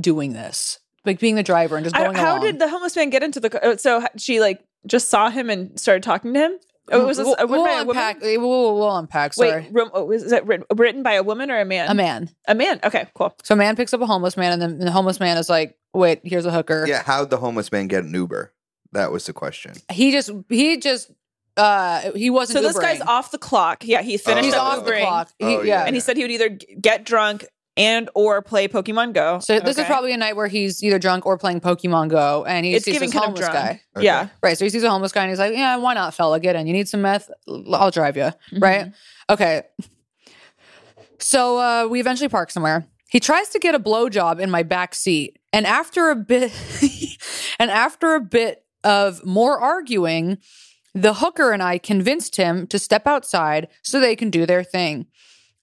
Speaker 1: doing this, like being the driver and just
Speaker 2: I,
Speaker 1: going
Speaker 2: how
Speaker 1: along.
Speaker 2: did the homeless man get into the? co- So she like just saw him and started talking to him. Oh, it was this,
Speaker 1: we'll,
Speaker 2: a, written
Speaker 1: we'll
Speaker 2: by a woman?
Speaker 1: unpack. We'll, we'll unpack. Sorry,
Speaker 2: Wait, rom- oh, is that written, written by a woman or a man?
Speaker 1: a man.
Speaker 2: A man. Okay, cool.
Speaker 1: So a man picks up a homeless man, and then the homeless man is like, "Wait, here's a hooker."
Speaker 3: Yeah, how'd the homeless man get an Uber? That was the question.
Speaker 1: He just he just uh he wasn't.
Speaker 2: So this guy's
Speaker 1: Ubering.
Speaker 2: off the clock. Yeah, he finished
Speaker 1: He's
Speaker 3: Oh.
Speaker 2: up
Speaker 1: off
Speaker 2: his
Speaker 1: the
Speaker 2: ring.
Speaker 1: clock. He-
Speaker 3: Oh,
Speaker 1: yeah.
Speaker 3: yeah.
Speaker 2: and he said he would either g- get drunk and or play Pokemon Go.
Speaker 1: So this is
Speaker 2: Okay.
Speaker 1: probably a night where he's either drunk or playing Pokemon Go, and he
Speaker 2: it's
Speaker 1: sees
Speaker 2: giving
Speaker 1: this
Speaker 2: kind of
Speaker 1: homeless
Speaker 2: drunk.
Speaker 1: guy.
Speaker 3: Okay.
Speaker 2: Yeah,
Speaker 1: Right. So he sees a homeless guy, and he's like, "Yeah, why not, fella? Get in. You need some meth? L- I'll drive you." Right. Okay. So uh, we eventually park somewhere. He tries to get a blowjob in my back seat, and after a bit, and after a bit of more arguing, the hooker and I convinced him to step outside so they can do their thing.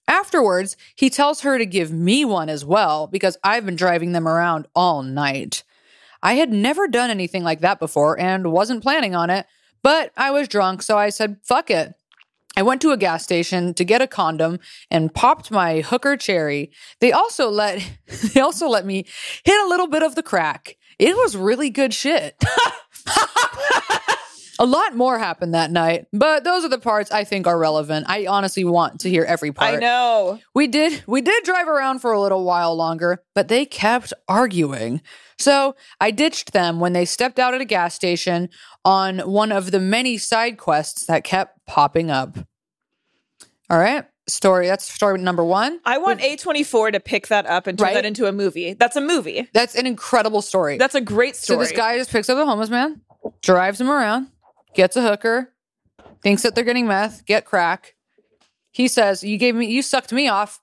Speaker 1: Afterwards, he tells her to give me one as well because I've been driving them around all night. I had never done anything like that before and wasn't planning on it, but I was drunk, so I said, fuck it. I went to a gas station to get a condom and popped my hooker cherry. They also let they also let me hit a little bit of the crack. It was really good shit. A lot more happened that night, but those are the parts I think are relevant. I honestly want to hear every part.
Speaker 2: I know.
Speaker 1: We did we did drive around for a little while longer, but they kept arguing. So I ditched them when they stepped out at a gas station on one of the many side quests that kept popping up. All right. Story that's story number one.
Speaker 2: I want A24 to pick that up and turn
Speaker 1: Right?
Speaker 2: that into a movie. That's a movie.
Speaker 1: That's an incredible story.
Speaker 2: That's a great
Speaker 1: so
Speaker 2: story.
Speaker 1: this guy just picks up a homeless man, drives him around, gets a hooker, thinks that they're getting meth, get crack. He says, You gave me you sucked me off.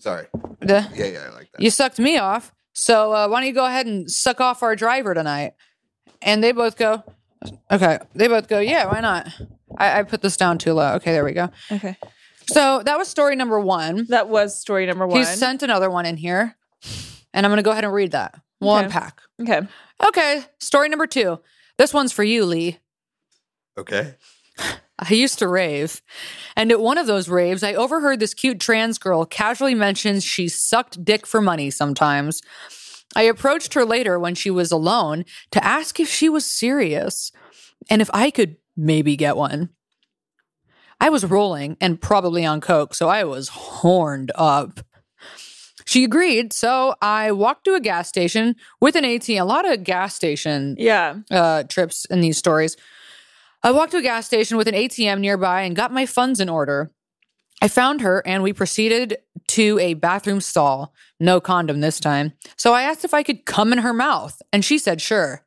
Speaker 3: Sorry.
Speaker 1: The-
Speaker 3: Yeah, yeah, I like that.
Speaker 1: You sucked me off. So uh, why don't you go ahead and suck off our driver tonight? And they both go, okay. They both go, yeah, why not? I, I put this down too low. Okay, there we go.
Speaker 2: Okay.
Speaker 1: So that was story number one.
Speaker 2: That was story number one.
Speaker 1: He sent another one in here, and I'm going to go ahead and read that. We'll
Speaker 2: Okay.
Speaker 1: unpack.
Speaker 2: okay.
Speaker 1: Okay, story number two. This one's for you, Lee.
Speaker 3: Okay.
Speaker 1: I used to rave. And at one of those raves, I overheard this cute trans girl casually mention she sucked dick for money sometimes. I approached her later when she was alone to ask if she was serious and if I could maybe get one. I was rolling and probably on coke, so I was horned up. She agreed, so I walked to a gas station with an AT. A lot of gas station
Speaker 2: Yeah.
Speaker 1: uh, trips in these stories. I walked to a gas station with an ATM nearby and got my funds in order. I found her and we proceeded to a bathroom stall, no condom this time. So I asked if I could come in her mouth, and she said sure.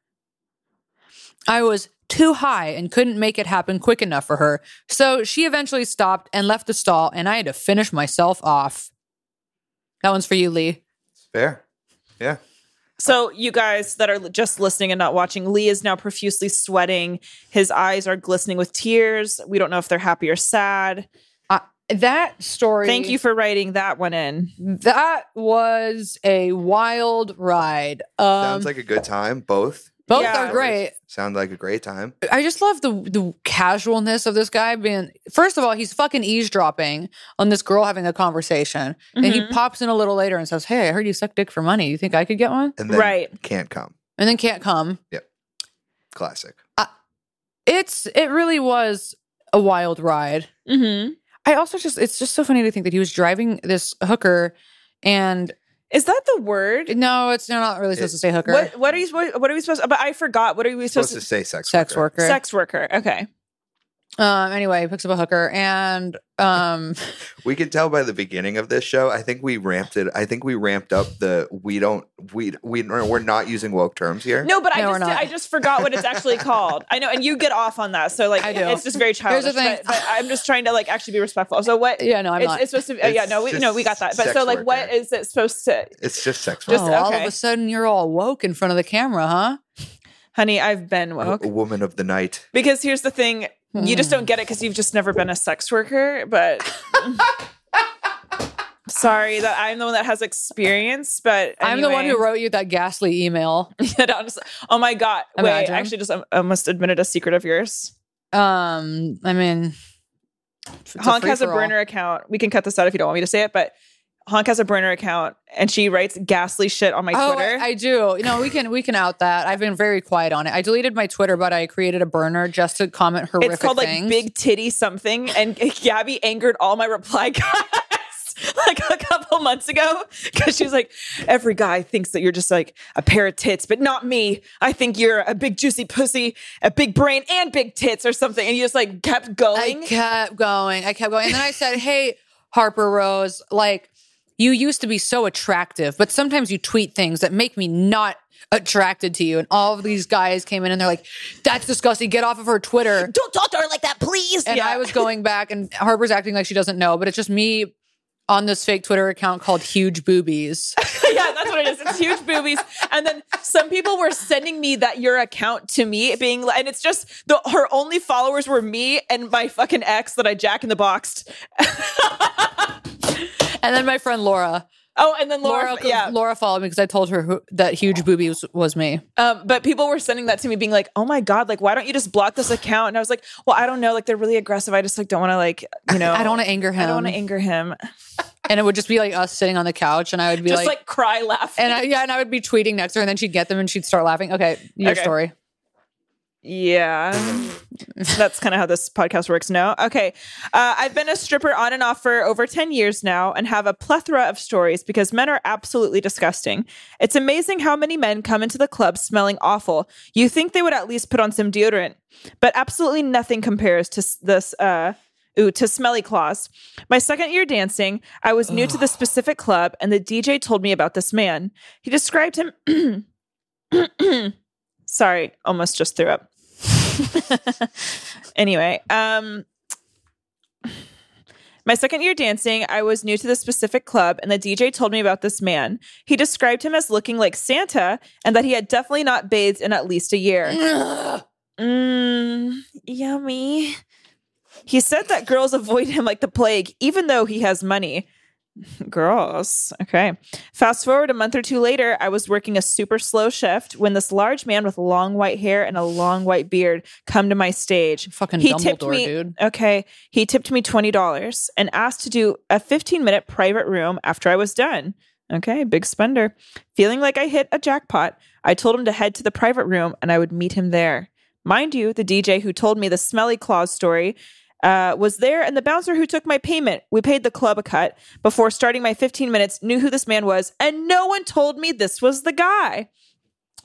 Speaker 1: I was too high and couldn't make it happen quick enough for her, so she eventually stopped and left the stall, and I had to finish myself off. That one's for you, Lee.
Speaker 3: Fair. Yeah.
Speaker 2: So, you guys that are just listening and not watching, Lee is now profusely sweating. His eyes are glistening with tears. We don't know if they're happy or sad.
Speaker 1: Uh, That story.
Speaker 2: Thank you for writing that one in.
Speaker 1: That was a wild ride. Um,
Speaker 3: Sounds like a good time. Both.
Speaker 1: both
Speaker 2: Yeah.
Speaker 1: are great.
Speaker 3: Sound like a great time.
Speaker 2: Uh,
Speaker 1: I just love the the casualness of this guy being. First of all, he's fucking eavesdropping on this girl having a conversation, and he
Speaker 2: Mhm.
Speaker 1: pops in a little later and says, "Hey, I heard you suck dick for money. You think I could get one?"
Speaker 3: And then
Speaker 2: Right.
Speaker 3: can't come.
Speaker 1: And then can't come.
Speaker 3: Classic.
Speaker 1: It's it really was a wild ride.
Speaker 2: Mm-hmm.
Speaker 1: I also just it's just so funny to think that he was driving this hooker, and
Speaker 2: Is that the word?
Speaker 1: no, it's they're not really supposed
Speaker 3: It-
Speaker 1: to say hooker,
Speaker 2: What What are you What, what are we supposed? But I forgot. What are we supposed,
Speaker 3: Supposed to say sex.
Speaker 1: sex
Speaker 3: worker.
Speaker 1: worker.
Speaker 2: Sex worker. Okay.
Speaker 1: Um. Anyway, he picks up a hooker, and um.
Speaker 3: We could tell by the beginning of this show. I think we ramped it. I think we ramped up the we don't we we we're not using woke terms here.
Speaker 2: No, but
Speaker 1: No,
Speaker 2: I
Speaker 1: we're
Speaker 2: just
Speaker 1: not.
Speaker 2: I just forgot what it's actually called. I know, and you get off on that, so like
Speaker 1: I do.
Speaker 2: it's just very
Speaker 1: Here's
Speaker 2: childish.
Speaker 1: the thing.
Speaker 2: But, but I'm just trying to like actually be respectful. So what?
Speaker 1: yeah, no, I'm
Speaker 2: it's,
Speaker 1: not.
Speaker 2: it's supposed to be. Uh, yeah,
Speaker 3: It's
Speaker 2: no, we no, we got that. But
Speaker 3: just
Speaker 2: so like,
Speaker 3: sex
Speaker 2: what
Speaker 3: worker.
Speaker 2: is it supposed to?
Speaker 3: It's just sex
Speaker 2: Just
Speaker 1: oh,
Speaker 3: worker.
Speaker 1: all of
Speaker 2: okay.
Speaker 1: a sudden you're all woke in front of the camera, huh?
Speaker 2: Honey, I've been
Speaker 3: W-
Speaker 2: woke
Speaker 3: woman of the night.
Speaker 2: because here's the thing: you just
Speaker 1: Hmm.
Speaker 2: don't get it because you've just never been a sex worker. But sorry that I'm the one that has experience. But
Speaker 1: I'm the one
Speaker 2: anyway.
Speaker 1: who wrote you that ghastly email.
Speaker 2: that honestly, oh my god! Wait,
Speaker 1: Imagine.
Speaker 2: I actually just um, almost admitted a secret of yours.
Speaker 1: Um, I mean, it's a
Speaker 2: Honk has a
Speaker 1: free-for-all.
Speaker 2: burner account. We can cut this out if you don't want me to say it, but Honk has a burner account, and she writes ghastly shit on my
Speaker 1: Oh, I,
Speaker 2: Twitter.
Speaker 1: I do. You know, we can we can out that. I've been very quiet on it. I deleted my Twitter, but I created a burner just to comment horrific
Speaker 2: it's called
Speaker 1: things.
Speaker 2: like big titty something, and Gabby angered all my reply guys like a couple months ago because she's like, every guy thinks that you're just like a pair of tits, but not me. I think you're a big juicy pussy, a big brain, and big tits or something. And you just like kept
Speaker 1: I
Speaker 2: going.
Speaker 1: kept going. I kept going, and then I said, "Hey, Harper Rose, like." You used to be so attractive, but sometimes you tweet things that make me not attracted to you. And all of these guys came in and they're like, that's disgusting. Get off of her Twitter.
Speaker 2: Don't talk to her like that, please.
Speaker 1: and
Speaker 2: Yeah.
Speaker 1: I was going back, and Harper's acting like she doesn't know, but it's just me on this fake Twitter account called Huge Boobies.
Speaker 2: yeah, that's what it is. It's huge boobies. And then some people were sending me that your account to me, being like, and it's just the her only followers were me and my fucking ex that I jack in the boxed.
Speaker 1: and then my friend Laura,
Speaker 2: Oh, and then Laura,
Speaker 1: Laura,
Speaker 2: yeah.
Speaker 1: Laura followed me because I told her who, that Huge Boobies was me.
Speaker 2: Um, but people were sending that to me, being like, "Oh my god, like why don't you just block this account?" And I was like, "Well, I don't know. Like they're really aggressive. I just like don't want to like you know.
Speaker 1: I don't want to anger
Speaker 2: I
Speaker 1: him,
Speaker 2: don't want to anger him.
Speaker 1: and it would just be like us sitting on the couch, and I would be
Speaker 2: Just
Speaker 1: like,
Speaker 2: like, cry, laugh.
Speaker 1: and I, yeah, and I would be tweeting next to her, and then she'd get them, and she'd start laughing. Okay, your
Speaker 2: Okay.
Speaker 1: story.
Speaker 2: Yeah. That's kind of how this podcast works now. Okay. Uh, I've been a stripper on and off for over 10 years now and have a plethora of stories because men are absolutely disgusting. It's amazing how many men come into the club smelling awful. You think they would at least put on some deodorant, but absolutely nothing compares to s- this. Uh, Ooh, to Smelly Claws. My second year dancing, I was new to the specific club, and the DJ told me about this man. He described him. Sorry, almost just threw up. anyway, um, my second year dancing, I was new to the specific club, and the DJ told me about this man. He described him as looking like Santa, and that he had definitely not bathed in at least a year. Mmm, yummy. He said that girls avoid him like the plague, even though he has money. Girls. Okay. Fast forward a month or two later, I was working a super slow shift when this large man with long white hair and a long white beard come to my stage.
Speaker 1: Fucking
Speaker 2: He tipped
Speaker 1: Dumbledore,
Speaker 2: me-
Speaker 1: dude.
Speaker 2: Okay. He tipped me $20 and asked to do a 15 minute private room after I was done. Okay, big spender. Feeling like I hit a jackpot, I told him to head to the private room and I would meet him there. Mind you, the DJ who told me the smelly claws story uh, was there, and the bouncer who took my payment. We paid the club a cut before starting my 15 minutes, knew who this man was, and no one told me this was the guy.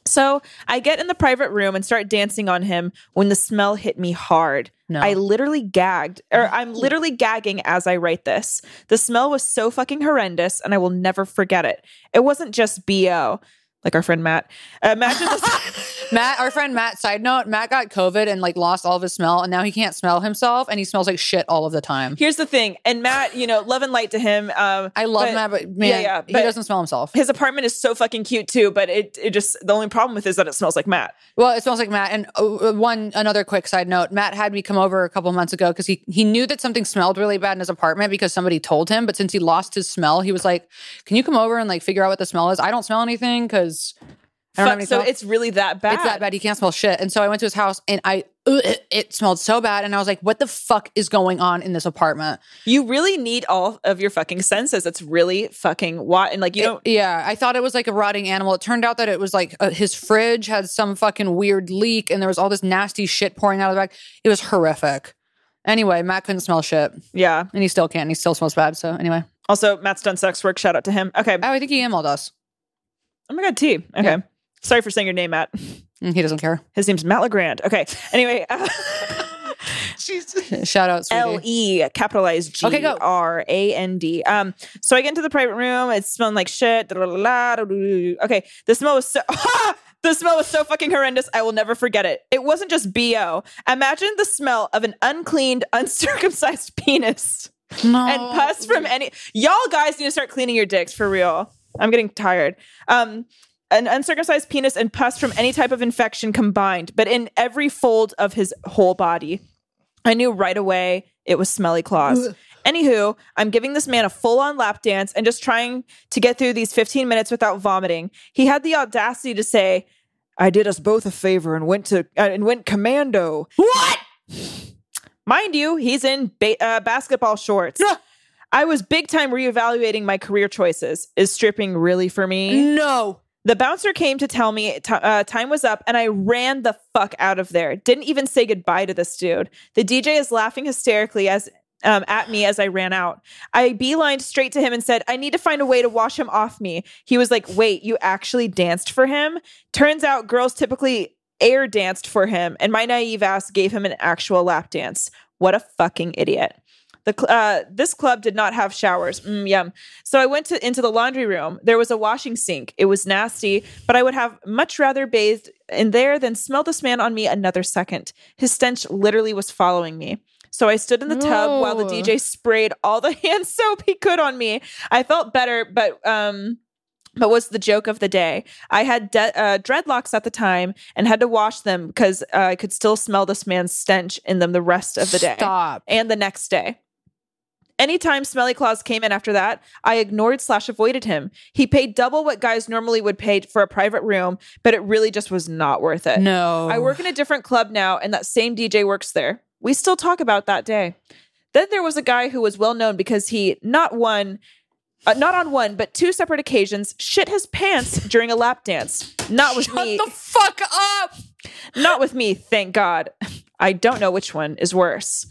Speaker 2: So I get in the private room and start dancing on him when the smell hit me hard.
Speaker 1: No.
Speaker 2: I literally gagged, or I'm literally gagging as I write this. The smell was so fucking horrendous, and I will never forget it. It wasn't just BO, like our friend Matt. Uh, Imagine this.
Speaker 1: Matt, our friend Matt, side note, Matt got COVID and like lost all of his smell and now he can't smell himself and he smells like shit all of the time.
Speaker 2: Here's the thing, and Matt, you know, love and light to him. Um,
Speaker 1: I love
Speaker 2: but-
Speaker 1: Matt, but man,
Speaker 2: yeah, yeah,
Speaker 1: he
Speaker 2: but-
Speaker 1: doesn't smell himself.
Speaker 2: His apartment is so fucking cute too, but it, it just the only problem with it is that it smells like Matt.
Speaker 1: Well, it smells like Matt. And uh, one another quick side note: Matt had me come over a couple months ago because he he knew that something smelled really bad in his apartment because somebody told him. But since he lost his smell, he was like, "Can you come over and like figure out what the smell is? I don't smell anything because I don't have
Speaker 2: Fuck,
Speaker 1: any
Speaker 2: so
Speaker 1: smell.
Speaker 2: it's really that bad.
Speaker 1: It's that bad. He can't smell shit. And so I went to his house and I it, it smelled so bad. And I was like, "What the fuck is going on in this apartment?
Speaker 2: You really need all of your fucking senses. It's really fucking what and like you don't.
Speaker 1: Yeah, I thought it was like a rotting animal. It turned out that it was like uh, his fridge had some fucking weird leak and there was all this nasty shit pouring out of the back. It was horrific. Anyway, Matt couldn't smell shit
Speaker 2: yeah.
Speaker 1: and he still can't. And he still smells bad. So, anyway,
Speaker 2: Also, Matt's done sex work. Shout out to him. Okay.
Speaker 1: oh, I think he emailed us.
Speaker 2: Oh my god, T. Okay.
Speaker 1: Yeah.
Speaker 2: Sorry for saying your name, Matt.
Speaker 1: Mm, He doesn't care.
Speaker 2: His name's Matt Legrand. Okay. Anyway, uh,
Speaker 1: Shout out, sweetie.
Speaker 2: L E capitalized G
Speaker 1: Okay, go.
Speaker 2: R A N D. Um, so I get into the private room. It's smelling like shit. da, da, da, da, da, da, da, da. Okay, the smell was so. The smell was so fucking horrendous, I will never forget it. It wasn't just BO. Imagine the smell of an uncleaned, uncircumcised penis
Speaker 1: No.
Speaker 2: and pus from any. Y'all guys need to start cleaning your dicks for real. I'm getting tired. Um, an uncircumcised penis and pus from any type of infection combined, but in every fold of his whole body. I knew right away it was Smelly Claws. Anywho, I'm giving this man a full on lap dance and just trying to get through these 15 minutes without vomiting. He had the audacity to say, I did us both a favor and went to uh, and went commando. What? Mind you, he's in ba- uh, basketball shorts. I was big time reevaluating my career choices. Is stripping really for me?
Speaker 1: No.
Speaker 2: The bouncer came to tell me t- uh, time was up, and I ran the fuck out of there. Didn't even say goodbye to this dude. The DJ is laughing hysterically as um, at me as I ran out. I beelined straight to him and said, "I need to find a way to wash him off me." He was like, "Wait, you actually danced for him?" Turns out, girls typically air danced for him, and my naive ass gave him an actual lap dance. What a fucking idiot! The cl- uh, this club did not have showers. Mm, yum. So I went to into the laundry room. There was a washing sink. It was nasty, but I would have much rather bathed in there than smell this man on me another second. His stench literally was following me. So I stood in the tub while the
Speaker 1: No.
Speaker 2: DJ sprayed all the hand soap he could on me. I felt better, but um but was the joke of the day. I had de- uh, dreadlocks at the time and had to wash them because uh, I could still smell this man's stench in them the rest of the day
Speaker 1: Stop.
Speaker 2: and the next day. Anytime Smelly Claus came in after that, I ignored slash avoided him. He paid double what guys normally would pay for a private room, but it really just was not worth it.
Speaker 1: No.
Speaker 2: I work in a different club now, and that same DJ works there. We still talk about that day. Then there was a guy who was well known because he, not one, uh, not on one, but two separate occasions, shit his pants during a lap dance. Not with
Speaker 1: Shut
Speaker 2: me.
Speaker 1: the fuck up.
Speaker 2: not with me, thank God. I don't know which one is worse.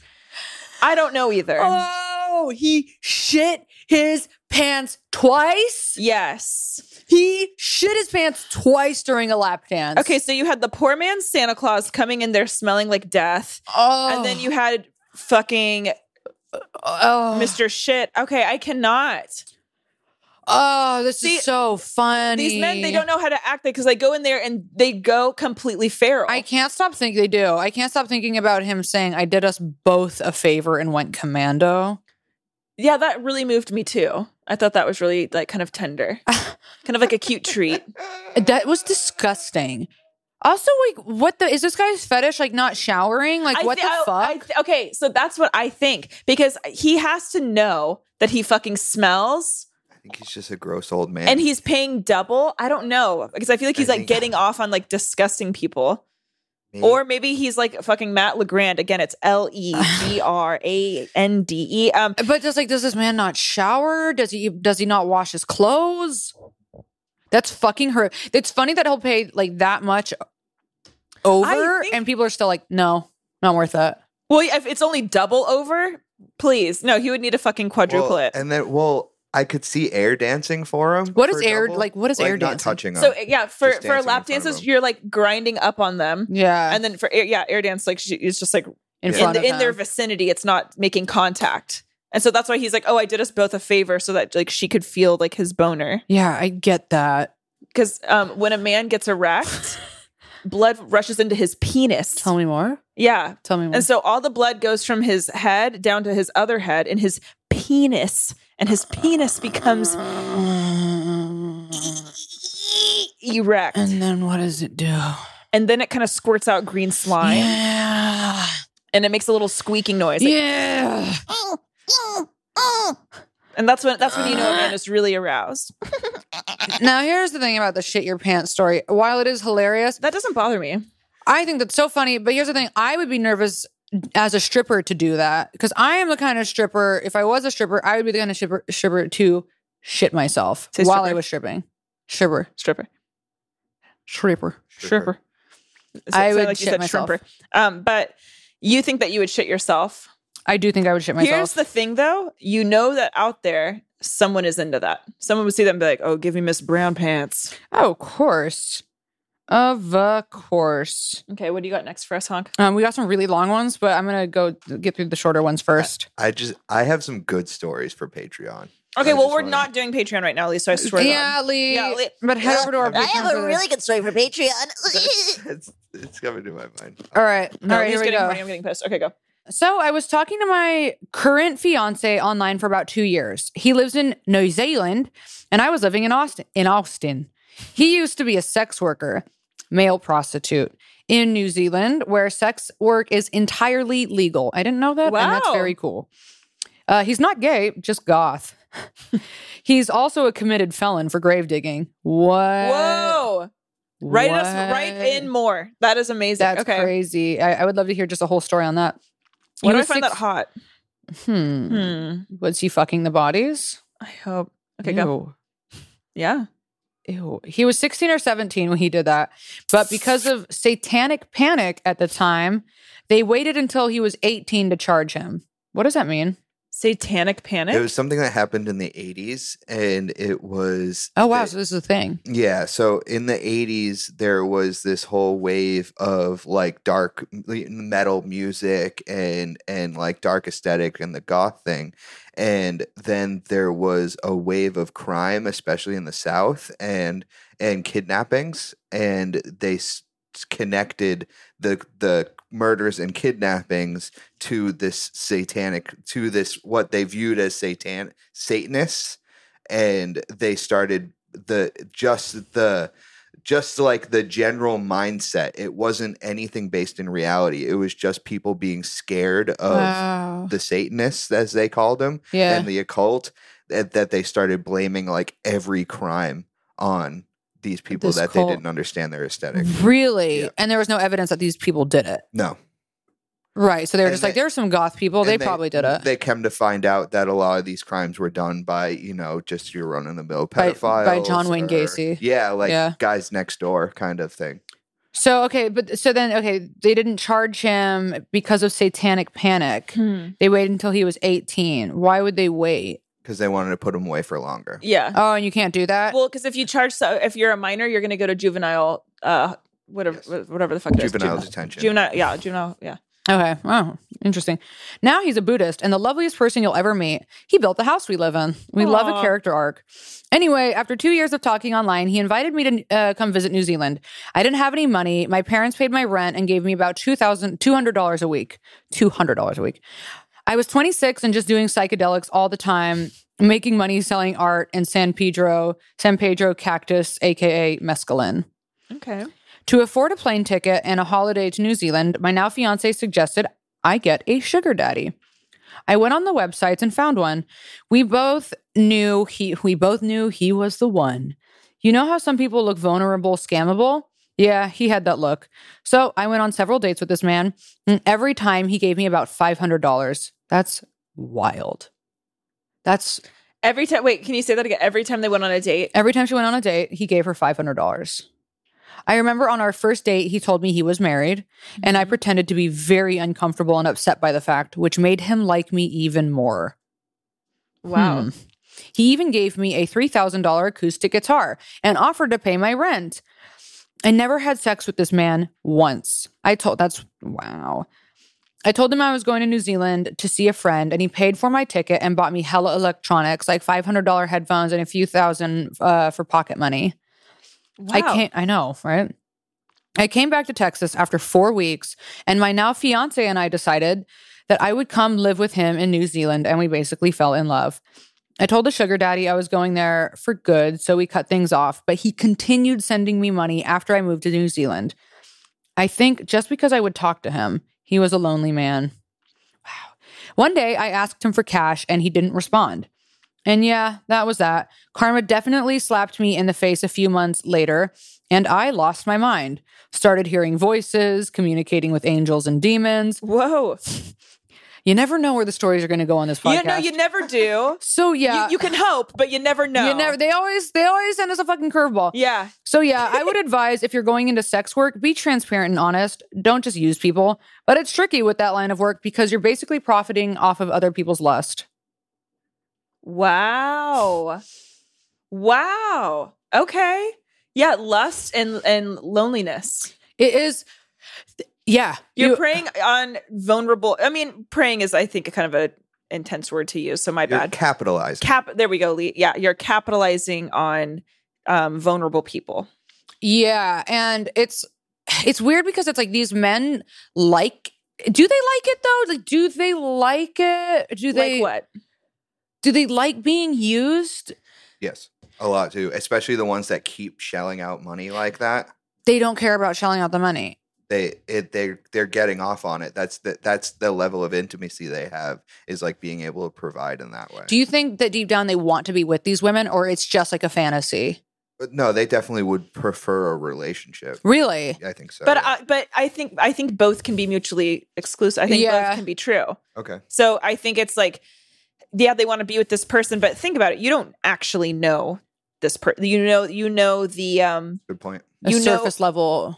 Speaker 2: I don't know either.
Speaker 1: Oh, he shit his pants twice.
Speaker 2: Yes.
Speaker 1: He shit his pants twice during a lap dance.
Speaker 2: Okay, so you had the poor man Santa Claus coming in there smelling like death.
Speaker 1: Oh,
Speaker 2: And then you had fucking
Speaker 1: oh,
Speaker 2: Mr. Shit. Okay, I cannot.
Speaker 1: Oh, this
Speaker 2: See,
Speaker 1: is so funny.
Speaker 2: These men, they don't know how to act because they go in there and they go completely feral.
Speaker 1: I can't stop thinking they do. I can't stop thinking about him saying, "I did us both a favor and went commando."
Speaker 2: yeah, that really moved me too. I thought that was really like kind of tender, kind of like a cute treat.
Speaker 1: That was disgusting. Also, like, what the is this guy's fetish? Like, not showering? Like, what
Speaker 2: thi-
Speaker 1: the fuck?
Speaker 2: I thi- okay, so that's what I think because he has to know that he fucking smells
Speaker 3: I think he's just a gross old man.
Speaker 2: and he's paying double. I don't know because I feel like
Speaker 3: I
Speaker 2: he's like
Speaker 3: think-
Speaker 2: getting off on like disgusting people.
Speaker 3: Maybe-
Speaker 2: Or maybe he's like fucking Matt Legrand. Again, it's L E G R A N D E. Um,
Speaker 1: But does like does this man not shower? Does he does he not wash his clothes? That's fucking her. It's funny that he'll pay like that much over,
Speaker 2: think-
Speaker 1: and people are still like, no, not worth it.
Speaker 2: well, if it's only double over, please. No, he would need a fucking quadruple
Speaker 3: Well,
Speaker 2: it.
Speaker 3: And then, well, I could see air dancing for him.
Speaker 1: What is
Speaker 3: for
Speaker 1: air-
Speaker 3: double.
Speaker 1: like, what is air
Speaker 3: not
Speaker 1: dancing?
Speaker 3: Touching him.
Speaker 2: So yeah, for
Speaker 3: Just
Speaker 2: for
Speaker 3: dancing
Speaker 2: lap
Speaker 3: in front of
Speaker 2: dances,
Speaker 3: them.
Speaker 2: you're like grinding up on them,
Speaker 1: Yeah,
Speaker 2: and then for air, yeah, air dance, like she, it's just like
Speaker 1: in
Speaker 3: Yeah.
Speaker 2: in,
Speaker 1: front
Speaker 2: the,
Speaker 1: of
Speaker 2: in their
Speaker 1: him.
Speaker 2: vicinity, it's not making contact, and so that's why he's like, oh, I did us both a favor, so that like she could feel like his boner,
Speaker 1: Yeah, I get that.
Speaker 2: because um, when a man gets erect, blood rushes into his penis.
Speaker 1: Tell me more.
Speaker 2: Yeah,
Speaker 1: Tell me more.
Speaker 2: And so all the blood goes from his head down to his other head and his penis. And his penis becomes erect.
Speaker 1: and then what does it do?
Speaker 2: And then it kind of squirts out green slime
Speaker 1: Yeah.
Speaker 2: and it makes a little squeaking noise. Like-
Speaker 1: yeah.
Speaker 2: And that's when that's when you know a man is really aroused.
Speaker 1: now here's the thing about the shit your pants story. While it is hilarious,
Speaker 2: That doesn't bother me.
Speaker 1: I think that's so funny. But here's the thing: I would be nervous as a stripper to do that because I am the kind of stripper. If I was a stripper, I would be the kind of stripper, stripper to shit myself
Speaker 2: Say
Speaker 1: while
Speaker 2: stripper.
Speaker 1: I was stripping. Stripper,
Speaker 2: Stripper.
Speaker 1: stripper.
Speaker 2: Stripper. It
Speaker 1: I
Speaker 2: sounded
Speaker 1: would
Speaker 2: you
Speaker 1: shit
Speaker 2: said
Speaker 1: myself.
Speaker 2: shrimper. Um, but you think that you would shit yourself.
Speaker 1: I do think I would shit myself.
Speaker 2: Here's the thing though. You know that out there someone is into that. Someone would see that and be like, oh, give me Miss Brown pants.
Speaker 1: oh, of course, of uh, course.
Speaker 2: Okay, what do you got next for us, Honk?
Speaker 1: Um, we got some really long ones, but I'm gonna go get through the shorter ones first.
Speaker 3: I just, I have some good stories for Patreon.
Speaker 2: Okay,
Speaker 3: I
Speaker 2: well,
Speaker 3: just
Speaker 2: we're
Speaker 3: wanna-
Speaker 2: not doing Patreon right now, Lee, so I swear. to
Speaker 1: yeah, Lee,
Speaker 2: Yeah, Lee.
Speaker 1: But head over to our.
Speaker 3: I
Speaker 4: I
Speaker 1: Patreon
Speaker 4: have
Speaker 1: for
Speaker 4: a
Speaker 1: the-
Speaker 4: really good story for Patreon.
Speaker 3: It's, it's coming to my mind.
Speaker 1: All right, all
Speaker 2: God. No,
Speaker 1: right,
Speaker 2: Lee's
Speaker 1: here we
Speaker 2: getting
Speaker 1: go.
Speaker 2: horny, I'm getting pissed. Okay, go.
Speaker 1: So I was talking to my current fiance online for about two years. He lives in New Zealand, and I was living in Austin. In Austin, he used to be a sex worker, male prostitute in New Zealand, where sex work is entirely legal. I didn't know that, and that's
Speaker 2: Wow.
Speaker 1: very cool. Uh, he's not gay, just goth. he's also a committed felon for grave digging. What?
Speaker 2: Whoa! Write us right
Speaker 1: Uh, What?
Speaker 2: in more. That is amazing.
Speaker 1: That's
Speaker 2: okay,
Speaker 1: crazy. I, I would love to hear just a whole story on that.
Speaker 2: why
Speaker 1: He
Speaker 2: do I
Speaker 1: was
Speaker 2: find
Speaker 1: six-
Speaker 2: that hot?
Speaker 1: Hmm.
Speaker 2: Hmm.
Speaker 1: Was he fucking the bodies?
Speaker 2: I hope. Okay, go. Yeah.
Speaker 1: Ew. He was 16 or 17 when he did that. But because of satanic panic at the time, they waited until he was 18 to charge him. What does that mean?
Speaker 2: Satanic panic.
Speaker 3: It was something that happened in the 80s, and it was.
Speaker 1: Oh, wow.
Speaker 3: they-
Speaker 1: So this is a thing.
Speaker 3: Yeah, so in the 80s there was this whole wave of like dark m- metal music and and like dark aesthetic and the goth thing. And then there was a wave of crime especially in the south and and kidnappings and they s- connected the the murders and kidnappings to this satanic to this what they viewed as satan satanists and they started the just the just like the general mindset it wasn't anything based in reality it was just people being scared of
Speaker 1: wow.
Speaker 3: the satanists as they called them
Speaker 1: Yeah.
Speaker 3: and the occult that, that they started blaming like every crime on these people
Speaker 1: This
Speaker 3: that
Speaker 1: cult.
Speaker 3: they didn't understand their aesthetic
Speaker 1: Really?
Speaker 3: Yeah.
Speaker 1: And there was no evidence that these people did it.
Speaker 3: no
Speaker 1: Right. So they were
Speaker 3: And
Speaker 1: just like,
Speaker 3: they-
Speaker 1: there were some goth people. They,
Speaker 3: And
Speaker 1: probably did it.
Speaker 3: They come to find out that a lot of these crimes were done by, you know, just your run of the mill
Speaker 1: By-
Speaker 3: pedophiles.
Speaker 1: by John Wayne
Speaker 3: or-
Speaker 1: Gacy.
Speaker 3: Yeah, like
Speaker 1: Yeah.
Speaker 3: guys next door kind of thing.
Speaker 1: so, okay. But so then, okay, they didn't charge him because of satanic panic.
Speaker 2: Hmm.
Speaker 1: They waited until he was 18. Why would they wait?
Speaker 3: Because they wanted to put him away for longer.
Speaker 2: Yeah.
Speaker 1: Oh, and you can't do that?
Speaker 2: Well, because if you charge, so if you're a minor, you're going to go to juvenile, uh, whatever,
Speaker 3: Yes.
Speaker 2: whatever the fuck. it is.
Speaker 3: Juvenile detention.
Speaker 2: Juvenile, yeah, juvenile, yeah.
Speaker 1: okay. Oh, interesting. Now he's a Buddhist and the loveliest person you'll ever meet. He built the house we live in. We love a
Speaker 2: Aw.
Speaker 1: character arc. Anyway, after two years of talking online, he invited me to uh, come visit New Zealand. I didn't have any money. My parents paid my rent and gave me about $2,000 $200 a week. $200 a week. I was 26 and just doing psychedelics all the time, making money selling art in San Pedro, San Pedro cactus, aka mescaline.
Speaker 2: Okay.
Speaker 1: To afford a plane ticket and a holiday to New Zealand, my now fiance suggested I get a sugar daddy. I went on the websites and found one. We both knew he we both knew he was the one. You know how some people look vulnerable, scammable? Yeah, he had that look. So I went on several dates with this man, and every time he gave me about $500. That's wild. That's
Speaker 2: Every time, wait, can you say that again? Every time they went on a date,
Speaker 1: Every time she went on a date, he gave her $500. I remember on our first date, he told me he was married, and I pretended to be very uncomfortable and upset by the fact, which made him like me even more.
Speaker 2: wow.
Speaker 1: Hmm. He even gave me a $3,000 acoustic guitar and offered to pay my rent. I never had sex with this man once. I told, that's wow. I told him I was going to New Zealand to see a friend, and he paid for my ticket and bought me hella electronics, like $500 headphones and a few thousand uh, for pocket money. I
Speaker 2: Wow.
Speaker 1: can't, I know, right? I came back to Texas after four weeks, and my now fiance and I decided that I would come live with him in New Zealand, and we basically fell in love. I told the sugar daddy I was going there for good, so we cut things off, but he continued sending me money after I moved to New Zealand. I think just because I would talk to him, he was a lonely man. Wow. One day I asked him for cash and he didn't respond. And yeah, that was that. Karma definitely slapped me in the face a few months later, and I lost my mind. Started hearing voices, communicating with angels and demons.
Speaker 2: Whoa.
Speaker 1: You never know where the stories are going to go on this podcast.
Speaker 2: You know, you never do.
Speaker 1: so yeah,
Speaker 2: You, you can hope, but Uh, you never know.
Speaker 1: you never. They always they always send us a fucking curveball.
Speaker 2: Yeah.
Speaker 1: So yeah, I would advise if you're going into sex work, be transparent and honest. Don't just use people. But it's tricky with that line of work because you're basically profiting off of other people's lust.
Speaker 2: Wow. Wow. Okay. Yeah, lust and and loneliness.
Speaker 1: It is, yeah.
Speaker 2: You're
Speaker 1: you-
Speaker 2: preying on vulnerable. I mean, preying is, I think, a kind of a intense word to use. So my
Speaker 3: You're
Speaker 2: bad.
Speaker 3: capitalized.
Speaker 2: Cap. There we go. Lee. Yeah, you're capitalizing on um, vulnerable people.
Speaker 1: yeah, and it's it's weird because it's like these men like. Do they like it though? Like, do they like it? Do they
Speaker 2: like what?
Speaker 1: do they like being used?
Speaker 3: yes. A lot too. Especially the ones that keep shelling out money like that.
Speaker 1: They don't care about shelling out the money.
Speaker 3: They it they they're getting off on it. That's the that's the level of intimacy they have is like being able to provide in that way.
Speaker 1: Do you think that deep down they want to be with these women, or it's just like a fantasy?
Speaker 3: But no, they definitely would prefer a relationship.
Speaker 1: Really?
Speaker 3: I think so.
Speaker 2: But
Speaker 3: yeah.
Speaker 1: uh,
Speaker 2: I, but I think I think both can be mutually exclusive. I think
Speaker 1: Yeah.
Speaker 2: both can be true.
Speaker 3: okay.
Speaker 2: So I think it's like, yeah, they want to be with this person, but think about it. You don't actually know this person. You know, you know the um,
Speaker 3: Good point.
Speaker 1: a
Speaker 2: you know,
Speaker 1: surface level.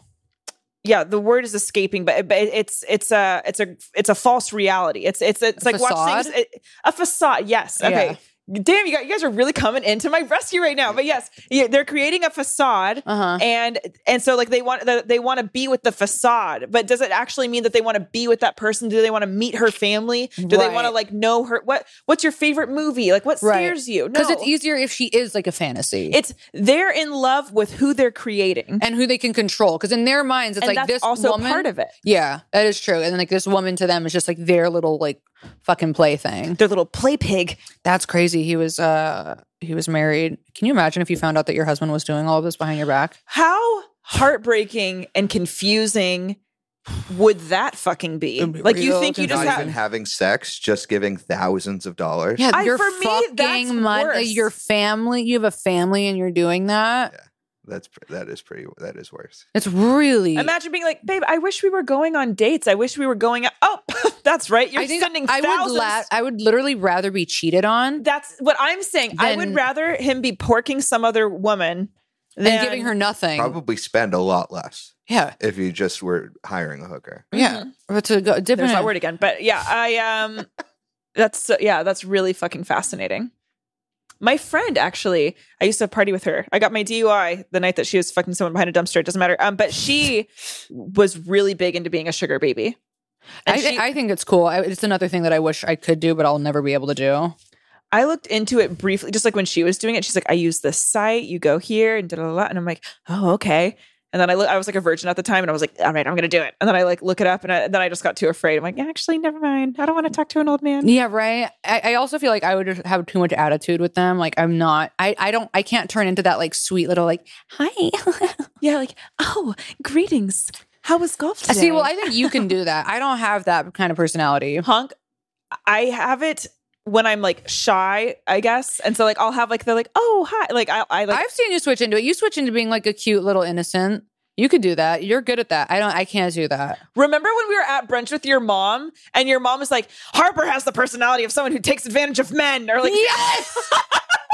Speaker 2: yeah, the word is escaping, but, but it's it's a it's a it's a false reality. It's it's it's
Speaker 1: A
Speaker 2: like watch things it, a facade. Yes, okay. Damn, you guys, you guys are really coming into my rescue right now. But yes, yeah, they're creating a facade.
Speaker 1: Uh huh.
Speaker 2: And and so like they want the, they want to be with the facade, but does it actually mean that they want to be with that person? Do they want to meet her family? Do they want
Speaker 1: Right.
Speaker 2: to like know her? What what's your favorite movie? Like what
Speaker 1: Right.
Speaker 2: scares you? No,
Speaker 1: Because it's easier if she is like a fantasy
Speaker 2: it's they're in love with who they're creating,
Speaker 1: and who they can control. Because in their minds, it's
Speaker 2: and
Speaker 1: like
Speaker 2: that's
Speaker 1: this
Speaker 2: also
Speaker 1: woman.
Speaker 2: part of it.
Speaker 1: yeah, that is true. And then like this woman to them is just like their little like fucking plaything.
Speaker 2: Their little play pig.
Speaker 1: That's crazy. He was uh he was married. Can you imagine if you found out that your husband was doing all of this behind your back?
Speaker 2: How heartbreaking and confusing would that fucking be?
Speaker 1: It'd be
Speaker 2: Like you
Speaker 1: real
Speaker 2: think you just
Speaker 3: Not
Speaker 1: confusing.
Speaker 3: even
Speaker 2: have
Speaker 3: having sex, just giving thousands of dollars.
Speaker 1: Yeah,
Speaker 2: I-
Speaker 1: your
Speaker 2: for me, that's
Speaker 1: fucking money,
Speaker 2: worse.
Speaker 1: your family. You have a family, and you're doing that.
Speaker 3: That's pr- that is pretty. That is worse.
Speaker 1: It's really.
Speaker 2: Imagine being like, babe, I wish we were going on dates. I wish we were going. Out. Oh, that's right. You're
Speaker 1: I think
Speaker 2: sending
Speaker 1: I would
Speaker 2: thousands.
Speaker 1: la- I would literally rather be cheated on
Speaker 2: that's what I'm saying. I would
Speaker 1: Then-
Speaker 2: rather him be porking some other woman
Speaker 1: than
Speaker 2: than
Speaker 1: giving her nothing.
Speaker 3: Probably spend a lot less
Speaker 1: Yeah,
Speaker 3: if you just were hiring a hooker.
Speaker 1: yeah. But to go dip
Speaker 2: There's
Speaker 1: in
Speaker 2: that
Speaker 1: it.
Speaker 2: word again. But yeah, I um that's so- yeah, that's really fucking fascinating. My friend actually, I used to party with her. I got my DUI the night that she was fucking someone behind a dumpster. It doesn't matter. Um, but she was really big into being a sugar baby. And
Speaker 1: I, thi-
Speaker 2: she-
Speaker 1: I think it's cool. I, it's another thing that I wish I could do, but I'll never be able to do.
Speaker 2: I looked into it briefly, just like when she was doing it. She's like, I use this site, you go here, and da da da. And I'm like, oh, okay. And then I look, I was like a virgin at the time, and I was like, all right, I'm gonna do it. And then I like look it up, and, I, then I just got too afraid. I'm like, actually, never mind. I don't want to talk to an old man.
Speaker 1: Yeah, right. I, I also feel like I would just have too much attitude with them. Like I'm not. I I don't. I can't turn into that like sweet little like hi.
Speaker 2: Yeah, like, oh, greetings. How was golf today?
Speaker 1: See, well, I think you can do that. I don't have that kind of personality.
Speaker 2: punk. I have it when I'm like shy, I guess, and so like I'll have like the like, oh hi, like I, I like
Speaker 1: I've seen you switch into it. You switch into being like a cute little innocent. You could do that. You're good at that. I don't. I can't do that.
Speaker 2: remember when we were at brunch with your mom, and your mom was like, Harper has the personality of someone who takes advantage of men, or like,
Speaker 1: yes,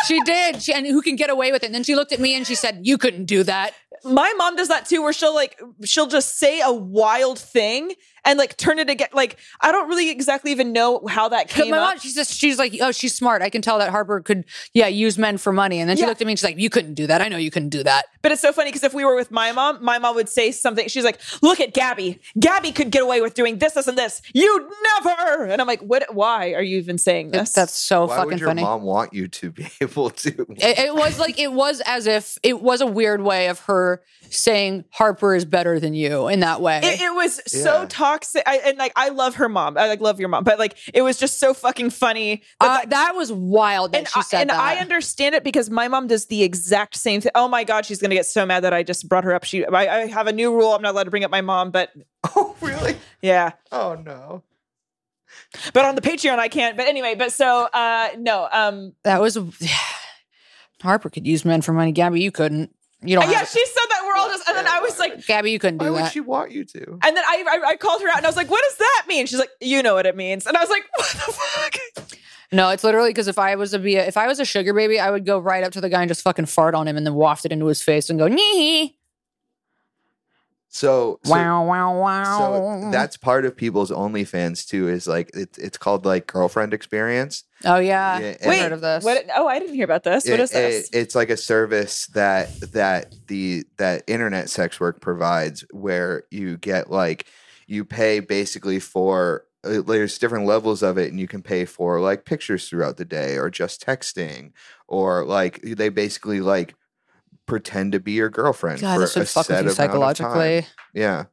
Speaker 1: she did. She and who can get away with it? And then she looked at me and she said, "You couldn't do that."
Speaker 2: my mom does that too where she'll like she'll just say a wild thing and like turn it again like i don't really exactly even know how that
Speaker 1: But
Speaker 2: came
Speaker 1: my
Speaker 2: up
Speaker 1: mom, she's just, she's like, oh, she's smart. I can tell that Harper could, yeah, use men for money. And then she
Speaker 2: Yeah.
Speaker 1: looked at me and she's like, you couldn't do that. I know you couldn't do that.
Speaker 2: but it's so funny because if we were with my mom my mom would say something she's like look at gabby gabby could get away with doing this this and this you never and i'm like what why are you even saying this
Speaker 1: That's so
Speaker 3: Why
Speaker 1: fucking
Speaker 3: would your
Speaker 1: funny.
Speaker 3: mom want you to be able to?
Speaker 1: it, it was like it was as if it was a weird way of her saying Harper is better than you in that way.
Speaker 2: it, it was so
Speaker 3: Yeah.
Speaker 2: toxic I, and like i love her mom i like love your mom but like it was just so fucking funny that,
Speaker 1: Uh,
Speaker 2: like,
Speaker 1: that was wild that
Speaker 2: and
Speaker 1: she said
Speaker 2: I, and
Speaker 1: that.
Speaker 2: I understand it because my mom does the exact same thing. Oh my god, she's gonna get so mad that I just brought her up. She, I, I have a new rule. I'm not allowed to bring up my mom, but
Speaker 3: oh really?
Speaker 2: yeah,
Speaker 3: Oh no.
Speaker 2: but on the Patreon I can't. But anyway, but so uh, no, um,
Speaker 1: that was Harper could use men for money. Gabby, you couldn't. You don't.
Speaker 2: yeah,
Speaker 1: have
Speaker 2: she said that we're all just, and then I was like,
Speaker 1: it. Gabby, you couldn't
Speaker 3: Uh, Why
Speaker 1: do
Speaker 3: would
Speaker 1: that.
Speaker 3: she want you to?
Speaker 2: and then I, I, I called her out, and I was like, what does that mean? She's like, you know what it means, and I was like, what the fuck?
Speaker 1: No, it's literally because if I was to be a, if I was a sugar baby, I would go right up to the guy and just fucking fart on him and then waft it into his face and go nee
Speaker 3: So, so
Speaker 1: wow wow wow.
Speaker 3: So that's part of people's OnlyFans too. Is like it's it's called like girlfriend experience.
Speaker 1: oh yeah.
Speaker 3: Yeah,
Speaker 1: I've
Speaker 3: Wait,
Speaker 1: heard of this.
Speaker 2: What? Oh, I didn't hear about this. what
Speaker 3: It-
Speaker 2: is this?
Speaker 3: it- it's like a service that that the that internet sex work provides, where you get like you pay basically for. uh, There's different levels of it, and you can pay for like pictures throughout the day, or just texting, or like they basically like pretend to be your girlfriend
Speaker 1: God,
Speaker 3: for
Speaker 1: this
Speaker 3: a
Speaker 1: would fuck
Speaker 3: set
Speaker 1: with you
Speaker 3: amount of time.
Speaker 1: psychologically.
Speaker 3: Yeah,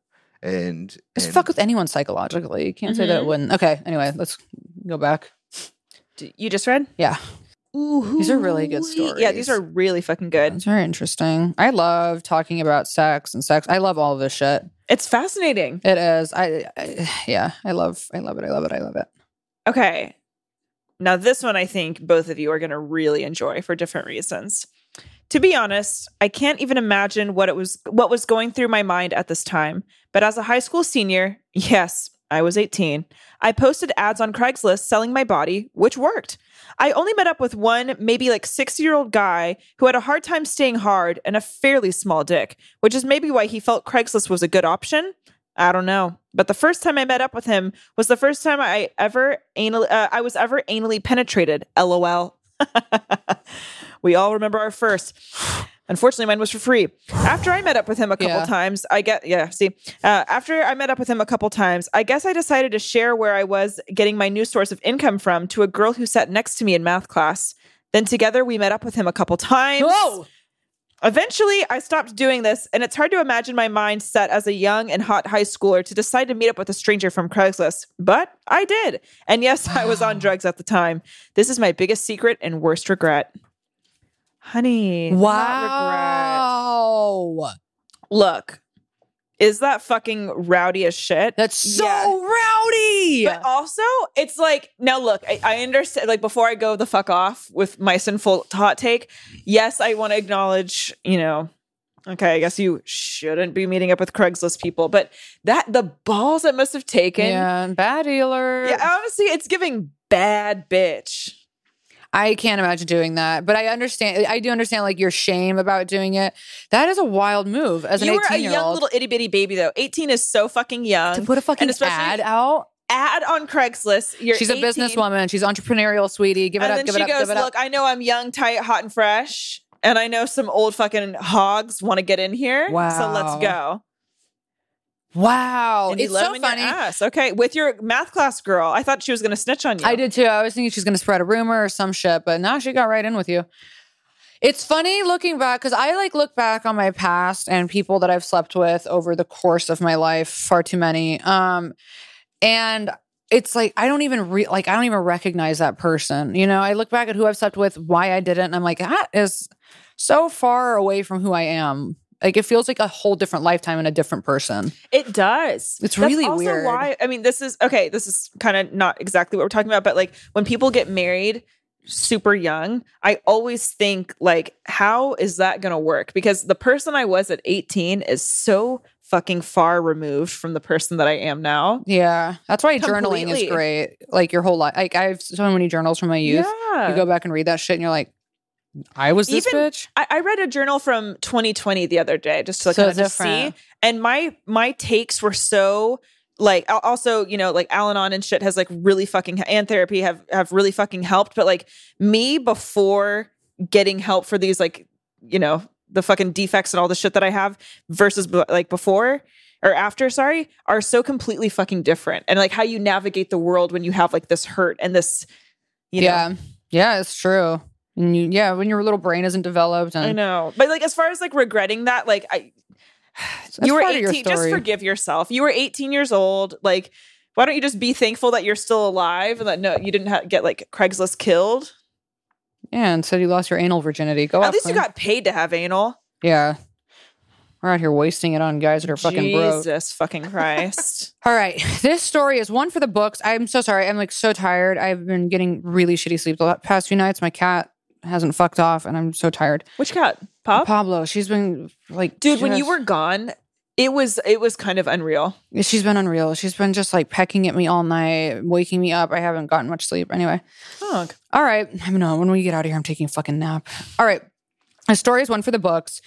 Speaker 3: and
Speaker 1: Just
Speaker 3: and- Mm-hmm.
Speaker 1: fuck with anyone psychologically. You can't say that it
Speaker 2: Mhm.
Speaker 1: wouldn't. Okay. Anyway, let's go back.
Speaker 2: D- you just read?
Speaker 1: Yeah.
Speaker 2: Ooh,
Speaker 1: These are really good
Speaker 2: hoo-wee. Yeah, these are
Speaker 3: stories.
Speaker 2: really fucking good.
Speaker 1: It's very interesting. I love talking about sex and sex. I love all of this shit.
Speaker 2: It's fascinating.
Speaker 1: It is. I, I yeah. I love. I love it. I love it. I love it.
Speaker 2: Okay. Now, this one I think both of you are going to really enjoy for different reasons. To be honest, I can't even imagine what it was what was going through my mind at this time. But as a high school senior, yes, I was 18. I posted ads on Craigslist selling my body, which worked. I only met up with one maybe like 60-year-old guy who had a hard time staying hard and a fairly small dick, which is maybe why he felt Craigslist was a good option. I don't know. But the first time I met up with him was the first time I ever anal uh, I was ever anally penetrated. LOL. we all remember our first. Unfortunately, mine was for free. After I met up with him a couple
Speaker 1: Yeah.
Speaker 2: times, I get yeah. See, uh, after I met up with him a couple times, I guess I decided to share where I was getting my new source of income from to a girl who sat next to me in math class. Then together we met up with him a couple times. Eventually, I stopped doing this, and it's hard to imagine my mindset as a young and hot high schooler to decide to meet up with a stranger from Craigslist. But I did. And yes, I was on drugs at the time. This is my biggest secret and worst regret. Honey, not regret.
Speaker 1: Wow.
Speaker 2: Look, is that fucking rowdy as shit?
Speaker 1: That's so
Speaker 2: Yeah.
Speaker 1: rowdy.
Speaker 2: But also, it's like now. Look, I, I understand. Like before, I go the fuck off with my sinful hot take. Yes, I want to acknowledge. You know, Okay, I guess you shouldn't be meeting up with Craigslist people, but that the balls it must have taken.
Speaker 1: yeah, bad dealer.
Speaker 2: Yeah, honestly, it's giving bad bitch.
Speaker 1: I can't imagine doing that, but I understand. I do understand like your shame about doing it. That is a wild move as an
Speaker 2: you were a
Speaker 1: eighteen year
Speaker 2: young
Speaker 1: old
Speaker 2: little itty bitty baby though. 18 is so fucking
Speaker 1: to
Speaker 2: young.
Speaker 1: put a fucking
Speaker 2: and especially-
Speaker 1: ad out.
Speaker 2: Add on Craigslist. You're
Speaker 1: She's
Speaker 2: 18,
Speaker 1: a businesswoman. She's entrepreneurial, sweetie. Give it
Speaker 2: and
Speaker 1: up.
Speaker 2: then
Speaker 1: Give
Speaker 2: she
Speaker 1: it up.
Speaker 2: goes,
Speaker 1: give it up.
Speaker 2: Look, I know I'm young, tight, hot, and fresh. And I know some old fucking hogs want to get in here. So let's
Speaker 1: Wow.
Speaker 2: go.
Speaker 1: Wow,
Speaker 2: And you
Speaker 1: it's
Speaker 2: let
Speaker 1: so
Speaker 2: 'em in your
Speaker 1: funny.
Speaker 2: ass. Okay. With your math class girl. I thought she was going to snitch on you.
Speaker 1: I did too. I was thinking she's going to spread a rumor or some shit, but now she got right in with you. It's funny looking back because I like look back on my past and people that I've slept with over the course of my life, far too many. Um, and it's like I don't even re- like I don't even recognize that person. You know, I look back at who I've slept with, why I didn't, and I'm like, that is so far away from who I am. Like it feels like a whole different lifetime and a different person.
Speaker 2: It does.
Speaker 1: It's
Speaker 2: That's
Speaker 1: really
Speaker 2: also
Speaker 1: weird.
Speaker 2: Why? I mean, this is okay. This is kind of not exactly what we're talking about, but like when people get married super young, I always think like, how is that going to work? Because the person I was at 18 is so fucking far removed from the person that I am now.
Speaker 1: Yeah, that's why journaling
Speaker 2: Completely.
Speaker 1: is great. Like your whole life. Like I have so many journals from my youth.
Speaker 2: Yeah.
Speaker 1: You go back and read that shit, and you're like, I was this
Speaker 2: Even-
Speaker 1: bitch.
Speaker 2: I, I read a journal from 2020 the other day just to
Speaker 1: So
Speaker 2: kind of just see,
Speaker 1: different.
Speaker 2: and my my takes were so like al- also you know like Al-Anon and shit has like really fucking and therapy have have really fucking helped, but like me before getting help for these like you know the fucking defects and all the shit that I have versus b- like before or after sorry are so completely fucking different and like how you navigate the world when you have like this hurt and this you know
Speaker 1: yeah, yeah, it's true. And you, yeah, when your little brain isn't developed, and
Speaker 2: I know. But like as far as like regretting that, like I
Speaker 1: That's
Speaker 2: you were
Speaker 1: part of
Speaker 2: 18,
Speaker 1: your
Speaker 2: just
Speaker 1: story.
Speaker 2: forgive yourself. You were 18 years old. Like why don't you just be thankful that you're still alive and that no you didn't ha- get like Craigslist killed?
Speaker 1: yeah, and so you lost your anal virginity. Go
Speaker 2: At
Speaker 1: off,
Speaker 2: least you
Speaker 1: Lynn.
Speaker 2: got paid to have anal.
Speaker 1: yeah. We're out here wasting it on guys that are fucking broke.
Speaker 2: Jesus fucking Christ.
Speaker 1: All right. This story is one for the books. I'm so sorry. I'm like so tired. I've been getting really shitty sleep the la- past few nights. My cat hasn't fucked off and I'm so tired.
Speaker 2: Which cat? Pop?
Speaker 1: Pablo, she's been like
Speaker 2: Oh. Dude, when you
Speaker 1: just-
Speaker 2: were gone, it was it was kind of unreal.
Speaker 1: She's been unreal. She's been just like pecking at me all night, waking me up. I haven't gotten much sleep. Anyway,
Speaker 2: Fuck.
Speaker 1: all right. I know when we get out of here, I'm taking a fucking nap. All right. A story is one for the books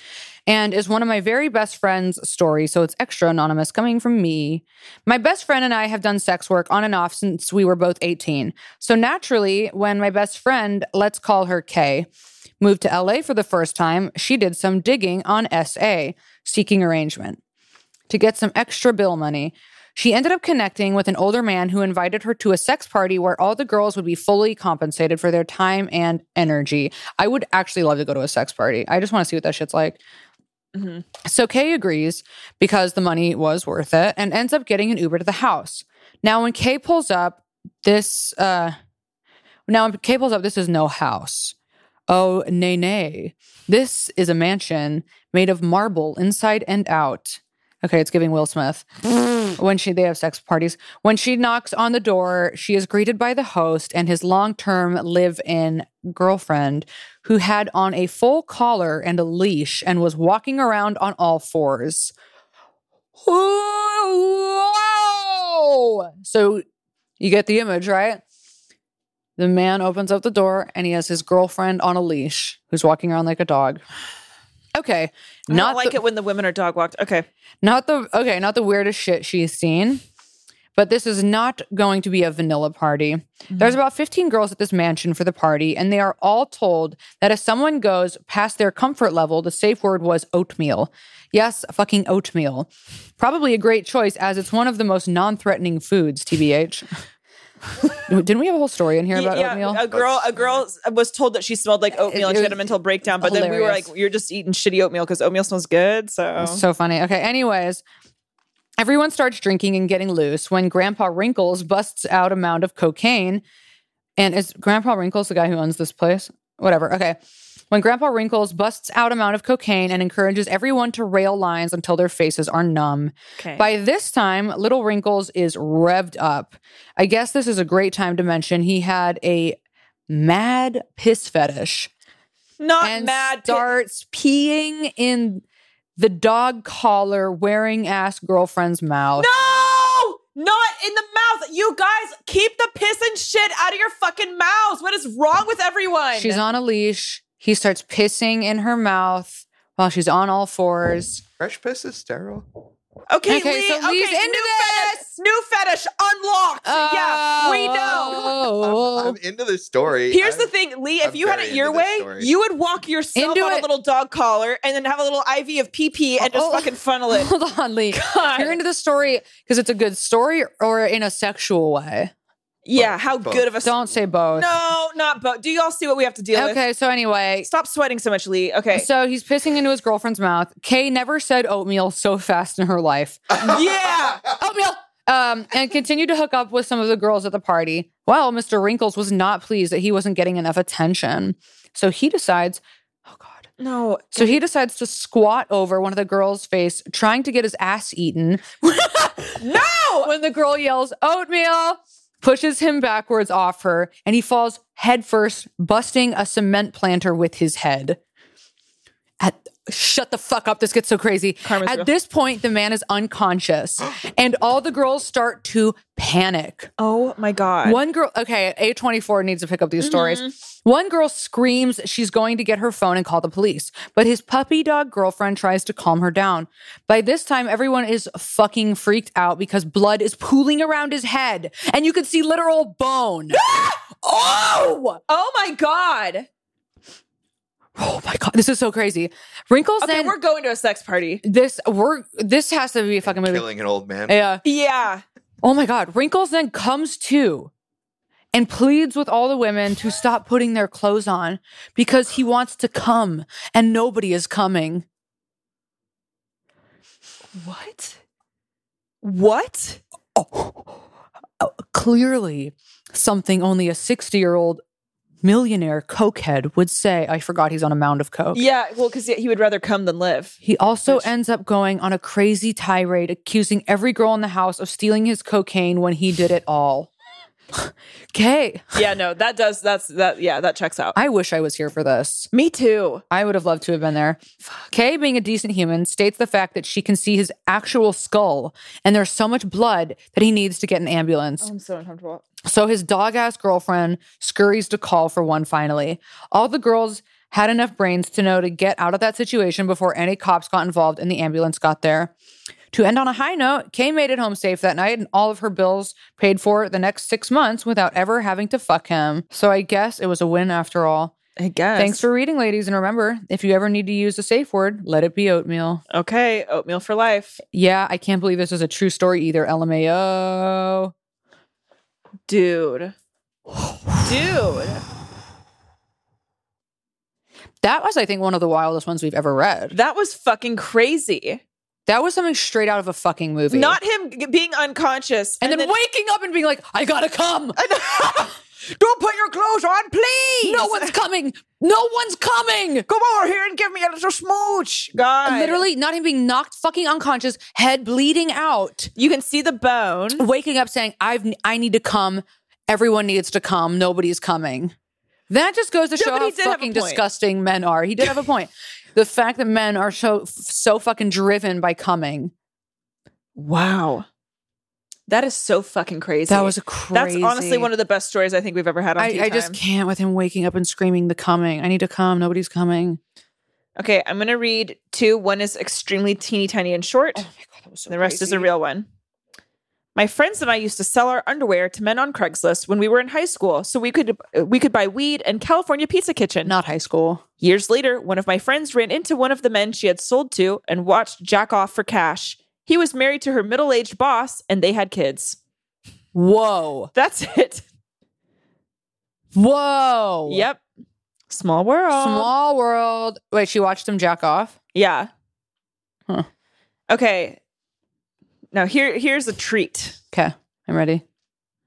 Speaker 1: and is one of my very best friend's story. So it's extra anonymous coming from me. My best friend and I have done sex work on and off since we were both 18. So naturally, when my best friend, let's call her Kay, moved to LA for the first time, she did some digging on SA, seeking arrangement to get some extra bill money. She ended up connecting with an older man who invited her to a sex party where all the girls would be fully compensated for their time and energy. I would actually love to go to a sex party. I just want to see what that shit's like.
Speaker 2: Mhm.
Speaker 1: So Kay agrees because the money was worth it and ends up getting an Uber to the house. Now, when Kay pulls up, this, uh, now when Kay pulls up, this is no house. Oh, nay, nay. This is a mansion made of marble inside and out. Okay, it's giving Will Smith. when she they have sex parties. When she knocks on the door, she is greeted by the host and his long-term live-in girlfriend who had on a full collar and a leash and was walking around on all fours. Whoa! So you get the image, right? The man opens up the door and he has his girlfriend on a leash who's walking around like a dog. Okay.
Speaker 2: I Not
Speaker 1: Not
Speaker 2: like
Speaker 1: the-
Speaker 2: it when the women are dog walked. Okay.
Speaker 1: not the okay, not the weirdest shit she's seen, but this is not going to be a vanilla party.
Speaker 2: Mm-hmm.
Speaker 1: There's about 15 girls at this mansion for the party, and they are all told that if someone goes past their comfort level, the safe word was oatmeal. Yes, fucking oatmeal. Probably a great choice as it's one of the most non-threatening foods, TBH. Didn't we have a whole story in here about
Speaker 2: yeah,
Speaker 1: oatmeal?
Speaker 2: a girl, a girl was told that she smelled like oatmeal and
Speaker 1: It
Speaker 2: she had a
Speaker 1: was
Speaker 2: mental breakdown. But then we were
Speaker 1: hilarious.
Speaker 2: like, "You're just eating shitty oatmeal because oatmeal smells good." So,
Speaker 1: So funny. Okay. Anyways, everyone starts drinking and getting loose when Grandpa Wrinkles busts out a mound of cocaine. And is Grandpa Wrinkles the guy who owns this place? Whatever. Okay. When Grandpa Wrinkles busts out a mound of cocaine and encourages everyone to rail lines until their faces are numb.
Speaker 2: okay.
Speaker 1: By this time, Little Wrinkles is revved up. I guess this is a great time to mention he had a mad piss fetish
Speaker 2: not
Speaker 1: and
Speaker 2: mad. pi-
Speaker 1: starts peeing in the dog collar wearing ass girlfriend's mouth.
Speaker 2: No! Not in the mouth. You guys keep the piss and shit out of your fucking mouths. What is wrong with everyone?
Speaker 1: She's on a leash. He starts pissing in her mouth while she's on all fours.
Speaker 3: Fresh piss is sterile.
Speaker 2: Okay,
Speaker 1: Okay,
Speaker 2: Lee,
Speaker 1: so Lee's
Speaker 2: okay,
Speaker 1: into
Speaker 2: new Fetish, new fetish unlocked. yeah, we know.
Speaker 1: Oh.
Speaker 3: I'm, I'm into this story.
Speaker 2: Here's
Speaker 3: I'm-
Speaker 2: the thing, Lee. If
Speaker 3: I'm
Speaker 2: you had
Speaker 3: very
Speaker 2: it your
Speaker 3: into this
Speaker 2: way,
Speaker 3: story.
Speaker 2: you would walk yourself
Speaker 1: Into
Speaker 2: on a
Speaker 1: it.
Speaker 2: little dog collar and then have a little IV of PP and just
Speaker 1: Oh.
Speaker 2: fucking funnel it.
Speaker 1: Hold on, Lee.
Speaker 2: God.
Speaker 1: You're into the story because it's a good story or in a sexual way.
Speaker 2: yeah, how
Speaker 3: Both.
Speaker 2: good of a
Speaker 1: Don't say both.
Speaker 2: No, not both. Do y'all see what we have to deal with?
Speaker 1: Okay, so anyway,
Speaker 2: Stop sweating so much, Lee. Okay.
Speaker 1: so he's pissing into his girlfriend's mouth. Kay never said oatmeal so fast in her life.
Speaker 2: yeah.
Speaker 1: oatmeal. Um, and continued to hook up with some of the girls at the party. Well, Mr. Wrinkles was not pleased that he wasn't getting enough attention. So he decides, oh God.
Speaker 2: No.
Speaker 1: So he decides to squat over one of the girls' face, trying to get his ass eaten.
Speaker 2: No.
Speaker 1: when the girl yells, oatmeal, pushes him backwards off her, and he falls headfirst, busting a cement planter with his head. At shut the fuck up, this gets so crazy.
Speaker 2: Karma's
Speaker 1: At
Speaker 2: real.
Speaker 1: this point, the man is unconscious, and all the girls start to panic.
Speaker 2: Oh my God.
Speaker 1: One girl, okay, A24 needs to pick up these
Speaker 2: Mm-hmm.
Speaker 1: stories. One girl screams she's going to get her phone and call the police, but his puppy dog girlfriend tries to calm her down. By this time, everyone is fucking freaked out because blood is pooling around his head and you can see literal bone. oh!
Speaker 2: Oh my God.
Speaker 1: Oh my God, this is so crazy. Wrinkles
Speaker 2: Okay,
Speaker 1: then.
Speaker 2: we're going to a sex party.
Speaker 1: this we're this has to be a fucking movie.
Speaker 3: Killing an old man.
Speaker 1: Yeah.
Speaker 2: Yeah.
Speaker 1: Oh my God. Wrinkles then comes to and pleads with all the women to stop putting their clothes on because he wants to come and nobody is coming.
Speaker 2: What? What?
Speaker 1: Clearly, something only a 60 year old millionaire cokehead would say. I forgot he's on a mound of coke.
Speaker 2: Yeah, well, because he would rather come than live.
Speaker 1: He also ends up going on a crazy tirade, accusing every girl in the house of stealing his cocaine when he did it all. okay.
Speaker 2: Yeah, no, that does. That's that. Yeah, that checks out.
Speaker 1: I wish I was here for this.
Speaker 2: Me too.
Speaker 1: I would have loved to have been there. Kay, being a decent human, states the fact that she can see his actual skull and there's so much blood that he needs to get an ambulance.
Speaker 2: I'm so uncomfortable.
Speaker 1: So his dog ass girlfriend scurries to call for one finally. All the girls had enough brains to know to get out of that situation before any cops got involved and the ambulance got there. To end on a high note, Kay made it home safe that night and all of her bills paid for the next six months without ever having to fuck him. So I guess it was a win after all.
Speaker 2: I guess.
Speaker 1: Thanks for reading, ladies. And remember, if you ever need to use a safe word, let it be oatmeal.
Speaker 2: Okay, oatmeal for life,
Speaker 1: Yeah, I can't believe this is a true story either. LMAO.
Speaker 2: dude. Dude.
Speaker 1: That was, I think, one of the wildest ones we've ever read.
Speaker 2: That was fucking crazy.
Speaker 1: That was something straight out of a fucking movie.
Speaker 2: Not him g- being unconscious
Speaker 1: and, then, waking up and being like, I gotta come.
Speaker 2: Don't put your clothes on, please.
Speaker 1: No one's coming. No one's coming.
Speaker 2: come over here and give me a little smooch. God,
Speaker 1: Literally, not him being knocked fucking unconscious, head bleeding out,
Speaker 2: you can see the bone.
Speaker 1: waking up saying, I've I need to come. Everyone needs to come. Nobody's coming. That just goes to show
Speaker 2: but
Speaker 1: how
Speaker 2: he did have a
Speaker 1: fucking
Speaker 2: point.
Speaker 1: disgusting men are. He did have a point. the fact that men are so so fucking driven by coming.
Speaker 2: Wow, that is so fucking crazy.
Speaker 1: That was crazy.
Speaker 2: That's honestly one of the best stories I think we've ever had on.
Speaker 1: I,
Speaker 2: Tea
Speaker 1: I just
Speaker 2: Time.
Speaker 1: can't with him waking up and screaming the coming. I need to come. Nobody's coming.
Speaker 2: Okay, I'm gonna read two. One is extremely teeny tiny and short.
Speaker 1: Oh my god, that was so
Speaker 2: the rest is a
Speaker 1: crazy.
Speaker 2: real one. My friends and I used to sell our underwear to men on Craigslist when we were in high school, so we could uh, we could buy weed and California Pizza Kitchen.
Speaker 1: not high school.
Speaker 2: Years later, one of my friends ran into one of the men she had sold to and watched jack off for cash. He was married to her middle aged boss, and they had kids.
Speaker 1: Whoa.
Speaker 2: That's it.
Speaker 1: Whoa.
Speaker 2: Yep. Small world.
Speaker 1: Small world. Wait, she watched him jack off.
Speaker 2: Yeah.
Speaker 1: Huh.
Speaker 2: Okay. Now here here's a treat.
Speaker 1: Okay. I'm ready.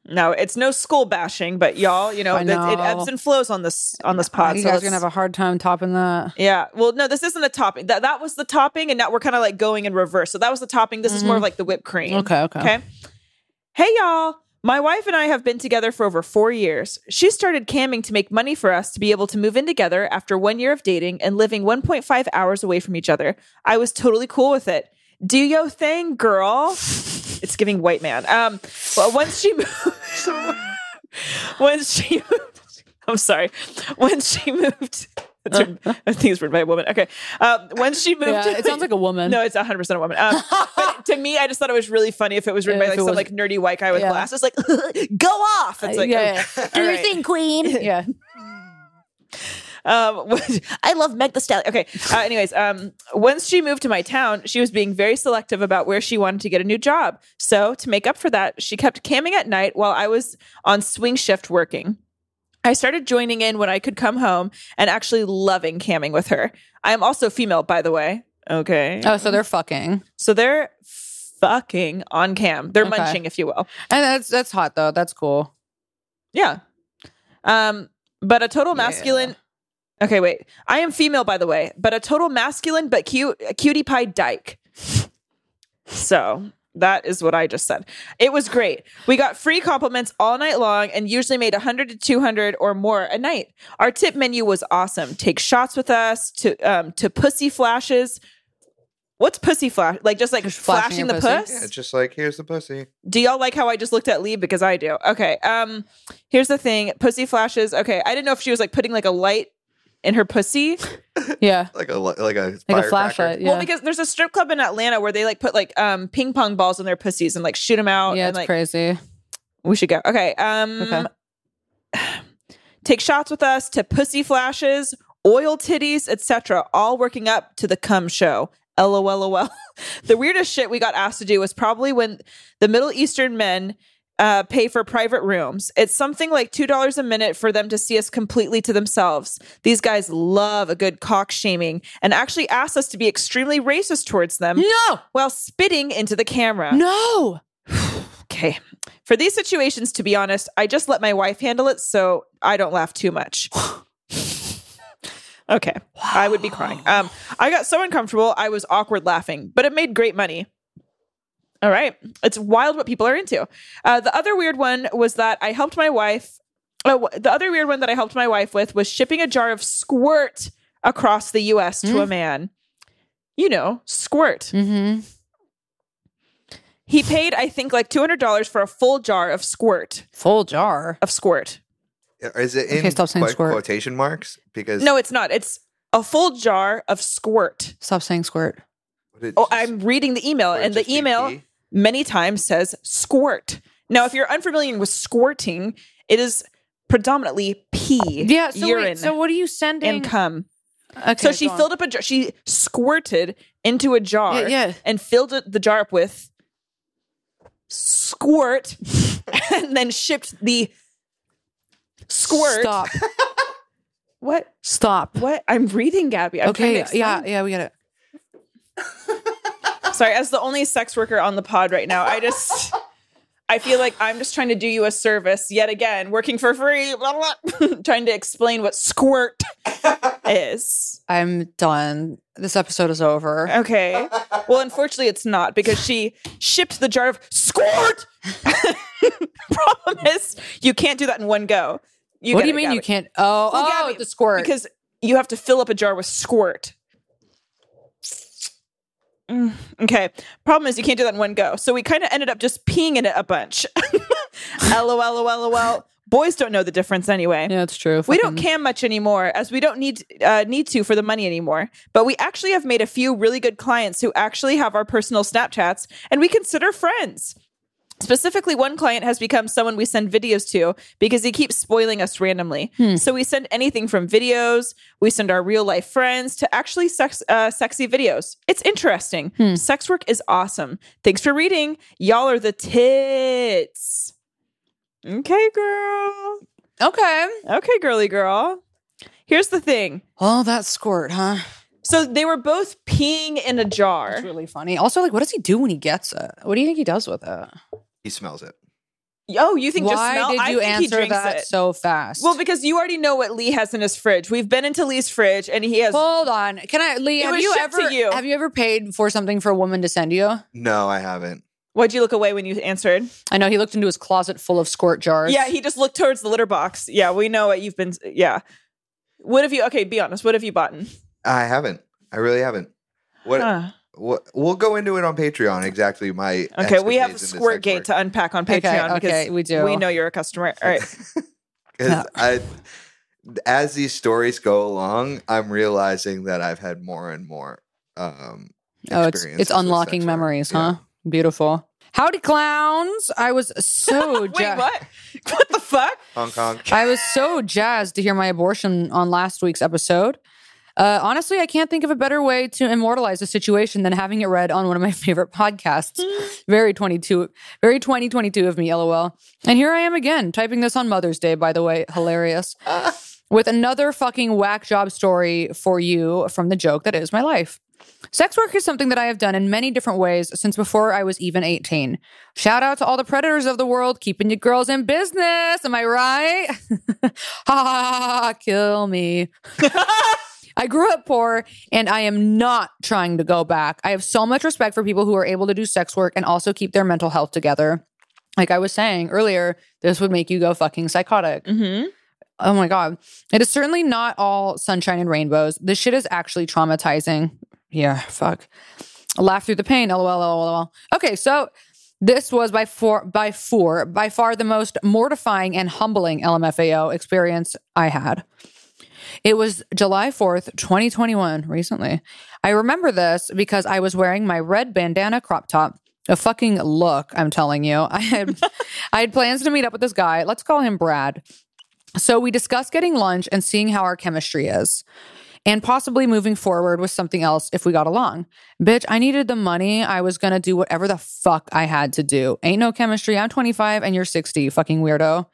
Speaker 2: No, it's no school bashing, but y'all, you know,
Speaker 1: I
Speaker 2: it, it
Speaker 1: know.
Speaker 2: ebbs and flows on this on this pod.
Speaker 1: you
Speaker 2: Uh, so
Speaker 1: guys are
Speaker 2: let's-
Speaker 1: gonna have a hard time topping that.
Speaker 2: yeah. Well, no, this isn't a topping. That that was the topping, and now we're kind of like going in reverse. So that was the topping. This is more of like the whipped cream.
Speaker 1: Okay, okay.
Speaker 2: Okay. Hey y'all. My wife and I have been together for over four years. She started camming to make money for us to be able to move in together after one year of dating and living 1.5 hours away from each other. I was totally cool with it. Do yo thing, girl. It's giving white man. Um, well, once she moved, once she moved, I'm sorry. Once she moved, that's her, I think it's written by a woman. Okay. Uh, once she moved,
Speaker 1: Uh-huh. Yeah,
Speaker 2: to-
Speaker 1: it sounds like a woman.
Speaker 2: no, it's 100 percent a woman. Um, but to me, I just thought it was really funny if it was written by
Speaker 1: If
Speaker 2: like
Speaker 1: it
Speaker 2: some
Speaker 1: was-
Speaker 2: like nerdy white guy with
Speaker 1: Yeah. Uh,
Speaker 2: glasses, like go off. It's like
Speaker 1: yeah,
Speaker 2: okay,
Speaker 4: Do
Speaker 2: all
Speaker 4: your
Speaker 2: right.
Speaker 4: thing, queen.
Speaker 1: yeah, yeah.
Speaker 2: Um, I love Meg the Stallion. Okay. Uh, anyways, um, once she moved to my town, she was being very selective about where she wanted to get a new job. So to make up for that, she kept camming at night while I was on swing shift working. I started joining in when I could come home and actually loving camming with her. I am also female, by the way. Okay.
Speaker 1: Oh, so they're fucking,
Speaker 2: So they're fucking on cam. They're
Speaker 1: Okay.
Speaker 2: munching, if you will.
Speaker 1: and that's that's hot though. That's cool.
Speaker 2: Yeah. Um, but a total masculine. Okay, wait. I am female, by the way, but a total masculine but cute cutie pie dyke. So that is what I just said. It was great. We got free compliments all night long and usually made 100 to 200 or more a night. Our tip menu was awesome. Take shots with us to um to pussy flashes. What's pussy flash? Like just like
Speaker 1: Just flashing
Speaker 2: flashing,
Speaker 1: your
Speaker 2: the
Speaker 1: pussy.
Speaker 2: puss?
Speaker 3: Yeah, just like here's the pussy.
Speaker 2: Do y'all like how I just looked at Lee? Because I do. Okay. Um, here's the thing. Pussy flashes. Okay. I didn't know if she was like putting like a light in her pussy.
Speaker 1: Yeah,
Speaker 3: Like a li- like a
Speaker 1: like a
Speaker 3: firecracker.
Speaker 1: flashlight. Yeah,
Speaker 2: Well, because there's a strip club in Atlanta where they like put like um ping pong balls in their pussies and like shoot them out.
Speaker 1: yeah,
Speaker 2: and,
Speaker 1: it's
Speaker 2: like,
Speaker 1: crazy.
Speaker 2: We should go. Okay. Um
Speaker 1: Okay.
Speaker 2: take shots with us to pussy flashes, oil titties, etc., all working up to the cum show. LOLOL. the weirdest shit we got asked to do was probably when the Middle Eastern men uh, pay for private rooms. It's something like $2 a minute for them to see us completely to themselves. These guys love a good cock shaming and actually asked us to be extremely racist towards them
Speaker 1: No,
Speaker 2: while spitting into the camera.
Speaker 1: no.
Speaker 2: Okay. For these situations, to be honest, I just let my wife handle it so I don't laugh too much. okay. I would be crying. Um, I got so uncomfortable, I was awkward laughing, but it made great money. All right. It's wild what people are into. Uh, the other weird one was that I helped my wife. Oh, the other weird one that I helped my wife with was shipping a jar of squirt across the US to a man. You know, squirt.
Speaker 1: Mm-hmm.
Speaker 2: He paid, I think, like $200 for a full jar of squirt.
Speaker 1: Full jar.
Speaker 2: of squirt.
Speaker 3: Is it in
Speaker 1: Okay, stop saying
Speaker 3: qu-
Speaker 1: squirt.
Speaker 3: quotation marks? Because
Speaker 2: No, it's not. It's a full jar of squirt.
Speaker 1: Stop saying squirt.
Speaker 3: would it
Speaker 2: Oh,
Speaker 3: just-
Speaker 2: I'm reading the email,
Speaker 3: would it
Speaker 2: and the
Speaker 3: just be
Speaker 2: email
Speaker 3: pee?
Speaker 2: many times says squirt. Now, if you're unfamiliar with squirting, it is predominantly pee,
Speaker 1: Yeah. So
Speaker 2: urine,
Speaker 1: wait, so what are you sending?
Speaker 2: and cum.
Speaker 1: Okay,
Speaker 2: so she
Speaker 1: go on.
Speaker 2: filled up a jar. She squirted into a jar
Speaker 1: Yeah, yeah.
Speaker 2: and filled it, the jar up with squirt, and then shipped the squirt.
Speaker 1: Stop.
Speaker 2: What?
Speaker 1: Stop.
Speaker 2: What? I'm reading, Gabby. I'm trying to
Speaker 1: okay. Yeah.
Speaker 2: explain.
Speaker 1: Yeah. We get it.
Speaker 2: Sorry, as the only sex worker on the pod right now, I just I feel like I'm just trying to do you a service yet again, working for free, blah, blah, blah, trying to explain what squirt is.
Speaker 1: I'm done. This episode is over.
Speaker 2: Okay. Well, unfortunately, it's not because she shipped the jar of squirt. Problem is, you can't do that in one go. You
Speaker 1: what
Speaker 2: get
Speaker 1: do you
Speaker 2: it,
Speaker 1: mean you
Speaker 2: Gabby.
Speaker 1: can't? Oh,
Speaker 2: Well,
Speaker 1: oh,
Speaker 2: Gabby,
Speaker 1: the squirt.
Speaker 2: Because you have to fill up a jar with squirt. Mm, okay. Problem is, you can't do that in one go. So we kind of ended up just peeing in it a bunch. LOL, LOL, LOL. Boys don't know the difference anyway.
Speaker 1: yeah, it's true.
Speaker 2: We don't
Speaker 1: Fucking-
Speaker 2: cam much anymore, as we don't need uh, need to for the money anymore. But we actually have made a few really good clients who actually have our personal Snapchats, and we consider friends. Specifically, one client has become someone we send videos to because he keeps spoiling us randomly. So we send anything from videos, we send our real life friends to actually sex, uh, sexy videos. It's interesting. Sex work is awesome. Thanks for reading. Y'all are the tits. Okay, girl.
Speaker 1: Okay.
Speaker 2: Okay, girly girl. Here's the thing.
Speaker 1: Oh, that squirt, huh?
Speaker 2: So they were both peeing in a jar.
Speaker 1: That's really funny. Also, like, what does he do when he gets it? What do you think he does with it?
Speaker 3: He smells it.
Speaker 2: Oh, you think just
Speaker 1: Why
Speaker 2: smell?
Speaker 1: did
Speaker 2: I
Speaker 1: you
Speaker 2: think he
Speaker 1: answer
Speaker 2: drinks
Speaker 1: that
Speaker 2: it.
Speaker 1: so fast?
Speaker 2: well, because you already know what Lee has in his fridge. We've been into Lee's fridge, and he has.
Speaker 1: hold on. Can I, Lee?
Speaker 2: It
Speaker 1: Have
Speaker 2: was
Speaker 1: you
Speaker 2: shipped to
Speaker 1: ever
Speaker 2: you.
Speaker 1: have you ever paid for something for a woman to send you?
Speaker 3: No, I haven't.
Speaker 2: Why'd you look away when you answered?
Speaker 1: I know he looked into his closet full of squirt jars.
Speaker 2: Yeah, he just looked towards the litter box. Yeah, we know what you've been. Yeah. What have you? Okay, be honest. What have you bought?
Speaker 3: I haven't. I really haven't. What?
Speaker 2: Huh.
Speaker 3: What? We'll go into it on Patreon. Exactly. My
Speaker 2: Okay, we have a
Speaker 3: escapades in this
Speaker 2: squirt gate
Speaker 3: sex work,
Speaker 2: to unpack on
Speaker 1: Okay,
Speaker 2: Patreon because
Speaker 1: okay, we do.
Speaker 2: we know you're a customer. All right.
Speaker 3: 'cause I, as these stories go along, I'm realizing that I've had more and more. Um,
Speaker 1: Oh, it's
Speaker 3: experiences
Speaker 1: it's
Speaker 3: with
Speaker 1: unlocking
Speaker 3: sex work.
Speaker 1: memories, huh?
Speaker 3: Yeah.
Speaker 1: Beautiful. Howdy, clowns! I was so
Speaker 2: Wait,
Speaker 1: jazzed.
Speaker 2: what? What the fuck?
Speaker 3: Hong Kong.
Speaker 1: I was so jazzed to hear my abortion on last week's episode. Uh, honestly, I can't think of a better way to immortalize a situation than having it read on one of my favorite podcasts. very 22, very 2022 of me, lol. And here I am again, typing this on Mother's Day, by the way. Hilarious. With another fucking whack job story for you from the joke that is my life. Sex work is something that I have done in many different ways since before I was even 18. Shout out to all the predators of the world keeping you girls in business. Am I right? ha ha, ha, kill me. I grew up poor and I am not trying to go back. I have so much respect for people who are able to do sex work and also keep their mental health together. Like I was saying earlier, this would make you go fucking psychotic.
Speaker 2: Mm-hmm.
Speaker 1: Oh my God. It is certainly not all sunshine and rainbows. This shit is actually traumatizing. Yeah, fuck. Laugh through the pain. LOL, LOL, LOL. Okay, so this was by four, by four, by far the most mortifying and humbling LMFAO experience I had. It was July 4th, 2021, recently. I remember this because I was wearing my red bandana crop top. A fucking look, I'm telling you. I had I had plans to meet up with this guy. Let's call him Brad. So we discussed getting lunch and seeing how our chemistry is and possibly moving forward with something else if we got along. Bitch, I needed the money. I was going to do whatever the fuck I had to do. Ain't no chemistry. I'm 25 and you're 60, fucking weirdo.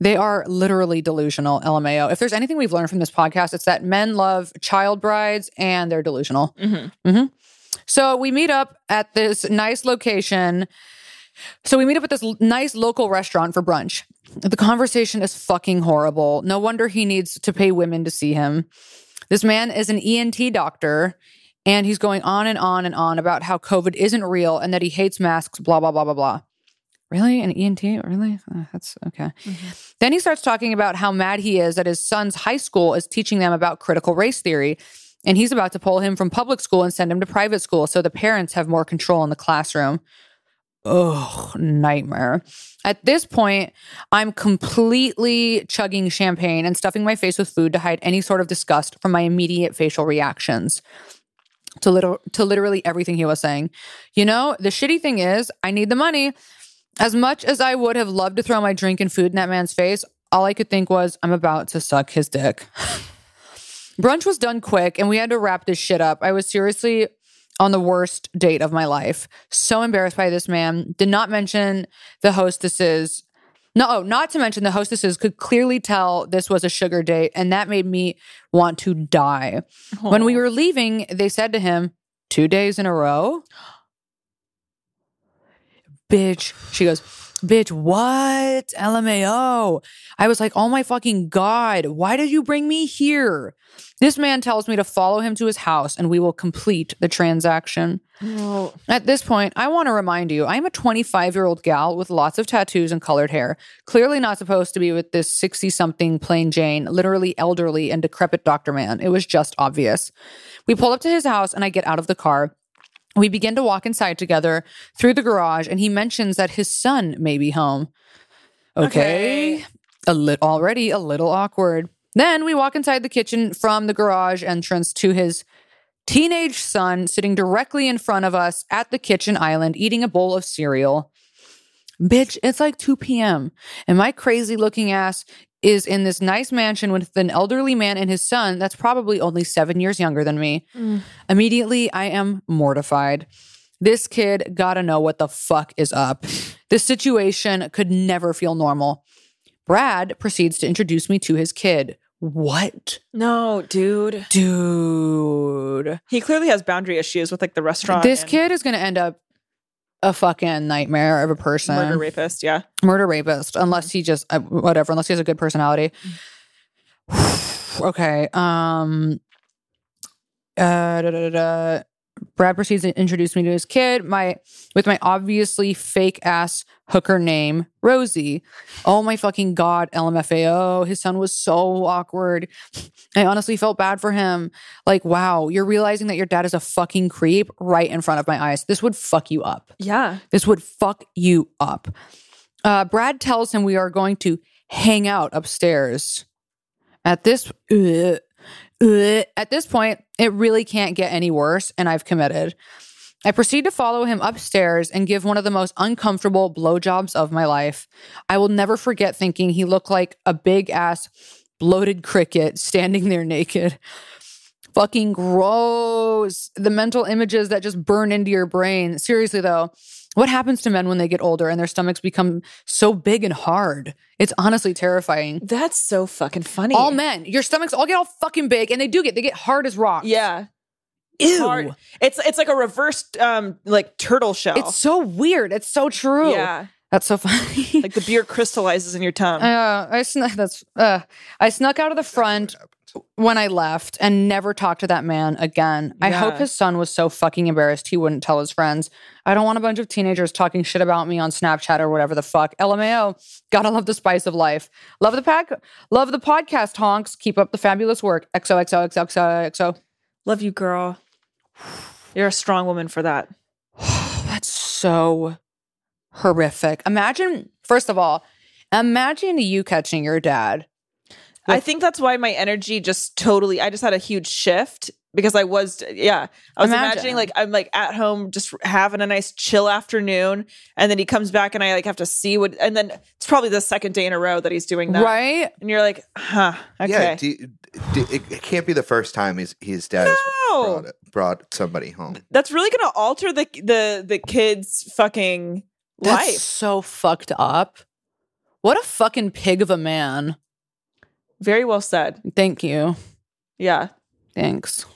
Speaker 1: They are literally delusional, LMAO. If there's anything we've learned from this podcast, it's that men love child brides and they're delusional. Mhm. So we meet up at this nice location. So we meet up at this l- nice local restaurant for brunch. The conversation is fucking horrible. No wonder he needs to pay women to see him. This man is an ENT doctor, and he's going on and on and on about how COVID isn't real and that he hates masks, blah, blah, blah, blah, blah. Really? An ENT? Really? Uh, that's okay. Then he starts talking about how mad he is that his son's high school is teaching them about critical race theory. And he's about to pull him from public school and send him to private school so the parents have more control in the classroom. Oh, nightmare. At this point, I'm completely chugging champagne and stuffing my face with food to hide any sort of disgust from my immediate facial reactions to little to literally everything he was saying. You know, the shitty thing is, I need the money. As much as I would have loved to throw my drink and food in that man's face, all I could think was, I'm about to suck his dick. Brunch was done quick and we had to wrap this shit up. I was seriously on the worst date of my life. So embarrassed by this man. Did not mention the hostesses. No, oh, not to mention the hostesses could clearly tell this was a sugar date, and that made me want to die. When we were leaving, they said to him, Two days in a row? Bitch. She goes, Bitch, what? LMAO. I was like, Oh my fucking God, why did you bring me here? This man tells me to follow him to his house and we will complete the transaction.
Speaker 2: Oh.
Speaker 1: At this point, I want to remind you I am a 25 year old gal with lots of tattoos and colored hair. Clearly not supposed to be with this 60 something plain Jane, literally elderly and decrepit doctor man. It was just obvious. We pull up to his house and I get out of the car. We begin to walk inside together through the garage, and he mentions that his son may be home. Okay.
Speaker 2: Okay.
Speaker 1: A lit already a little awkward. Then we walk inside the kitchen from the garage entrance to his teenage son sitting directly in front of us at the kitchen island eating a bowl of cereal. Bitch, it's like 2 p.m. and my crazy looking ass is in this nice mansion with an elderly man and his son that's probably only seven years younger than me. Immediately, I am mortified. This kid gotta know what the fuck is up. This situation could never feel normal. Brad proceeds to introduce me to his kid. What?
Speaker 2: No, dude.
Speaker 1: Dude.
Speaker 2: He clearly has boundary issues with like the restaurant.
Speaker 1: This
Speaker 2: and
Speaker 1: kid is going to end up a fucking nightmare of a person.
Speaker 2: murder rapist. Yeah.
Speaker 1: Murder rapist, unless he just, uh, whatever, unless he has a good personality. okay. Um, uh, da, da, da, da. Brad proceeds to introduce me to his kid, my with my obviously fake ass hooker name, Rosie. Oh my fucking god, LMFAO. His son was so awkward. I honestly felt bad for him. Like, wow, you're realizing that your dad is a fucking creep right in front of my eyes. This would fuck you up.
Speaker 2: Yeah.
Speaker 1: This would fuck you up. Uh, Brad tells him we are going to hang out upstairs. At this Ugh. Ugh. at this point, it really can't get any worse, and I've committed. I proceed to follow him upstairs and give one of the most uncomfortable blowjobs of my life. I will never forget thinking he looked like a big ass bloated cricket standing there naked. Fucking gross. The mental images that just burn into your brain. Seriously, though, what happens to men when they get older and their stomachs become so big and hard? It's honestly terrifying.
Speaker 2: That's so fucking funny.
Speaker 1: All men, your stomachs all get all fucking big and they do get, they get hard as rocks.
Speaker 2: Yeah.
Speaker 1: Ew.
Speaker 2: Hard. It's it's like a reversed um like turtle shell.
Speaker 1: It's so weird. It's so true.
Speaker 2: Yeah.
Speaker 1: That's so funny.
Speaker 2: Like the beer crystallizes in your tongue.
Speaker 1: Uh, I snuck. That's. Uh, I snuck out of the front when I left and never talked to that man again. I
Speaker 2: Yeah.
Speaker 1: hope his son was so fucking embarrassed he wouldn't tell his friends. I don't want a bunch of teenagers talking shit about me on Snapchat or whatever the fuck. LMAO. Gotta love the spice of life. Love the pack. Love the podcast. Honks. Keep up the fabulous work. XOXOXOXOXO.
Speaker 2: Love you, girl. You're a strong woman for that.
Speaker 1: That's so horrific. Imagine. First of all, imagine you catching your dad.
Speaker 2: I think that's why my energy just totally I just had a huge shift because I was yeah, I was
Speaker 1: Imagine.
Speaker 2: imagining like I'm like at home just having a nice chill afternoon and then he comes back and I like have to see what and then it's probably the second day in a row that he's doing that.
Speaker 1: Right.
Speaker 2: And you're like, "Huh, okay."
Speaker 3: Oh, Yeah, do, do, it, it can't be the first time his his dad has
Speaker 2: No.
Speaker 3: brought, brought somebody home.
Speaker 2: that's really going to alter the the the kid's fucking
Speaker 1: That's
Speaker 2: life.
Speaker 1: so fucked up. What a fucking pig of a man.
Speaker 2: Very well said.
Speaker 1: Thank you.
Speaker 2: Yeah.
Speaker 1: Thanks.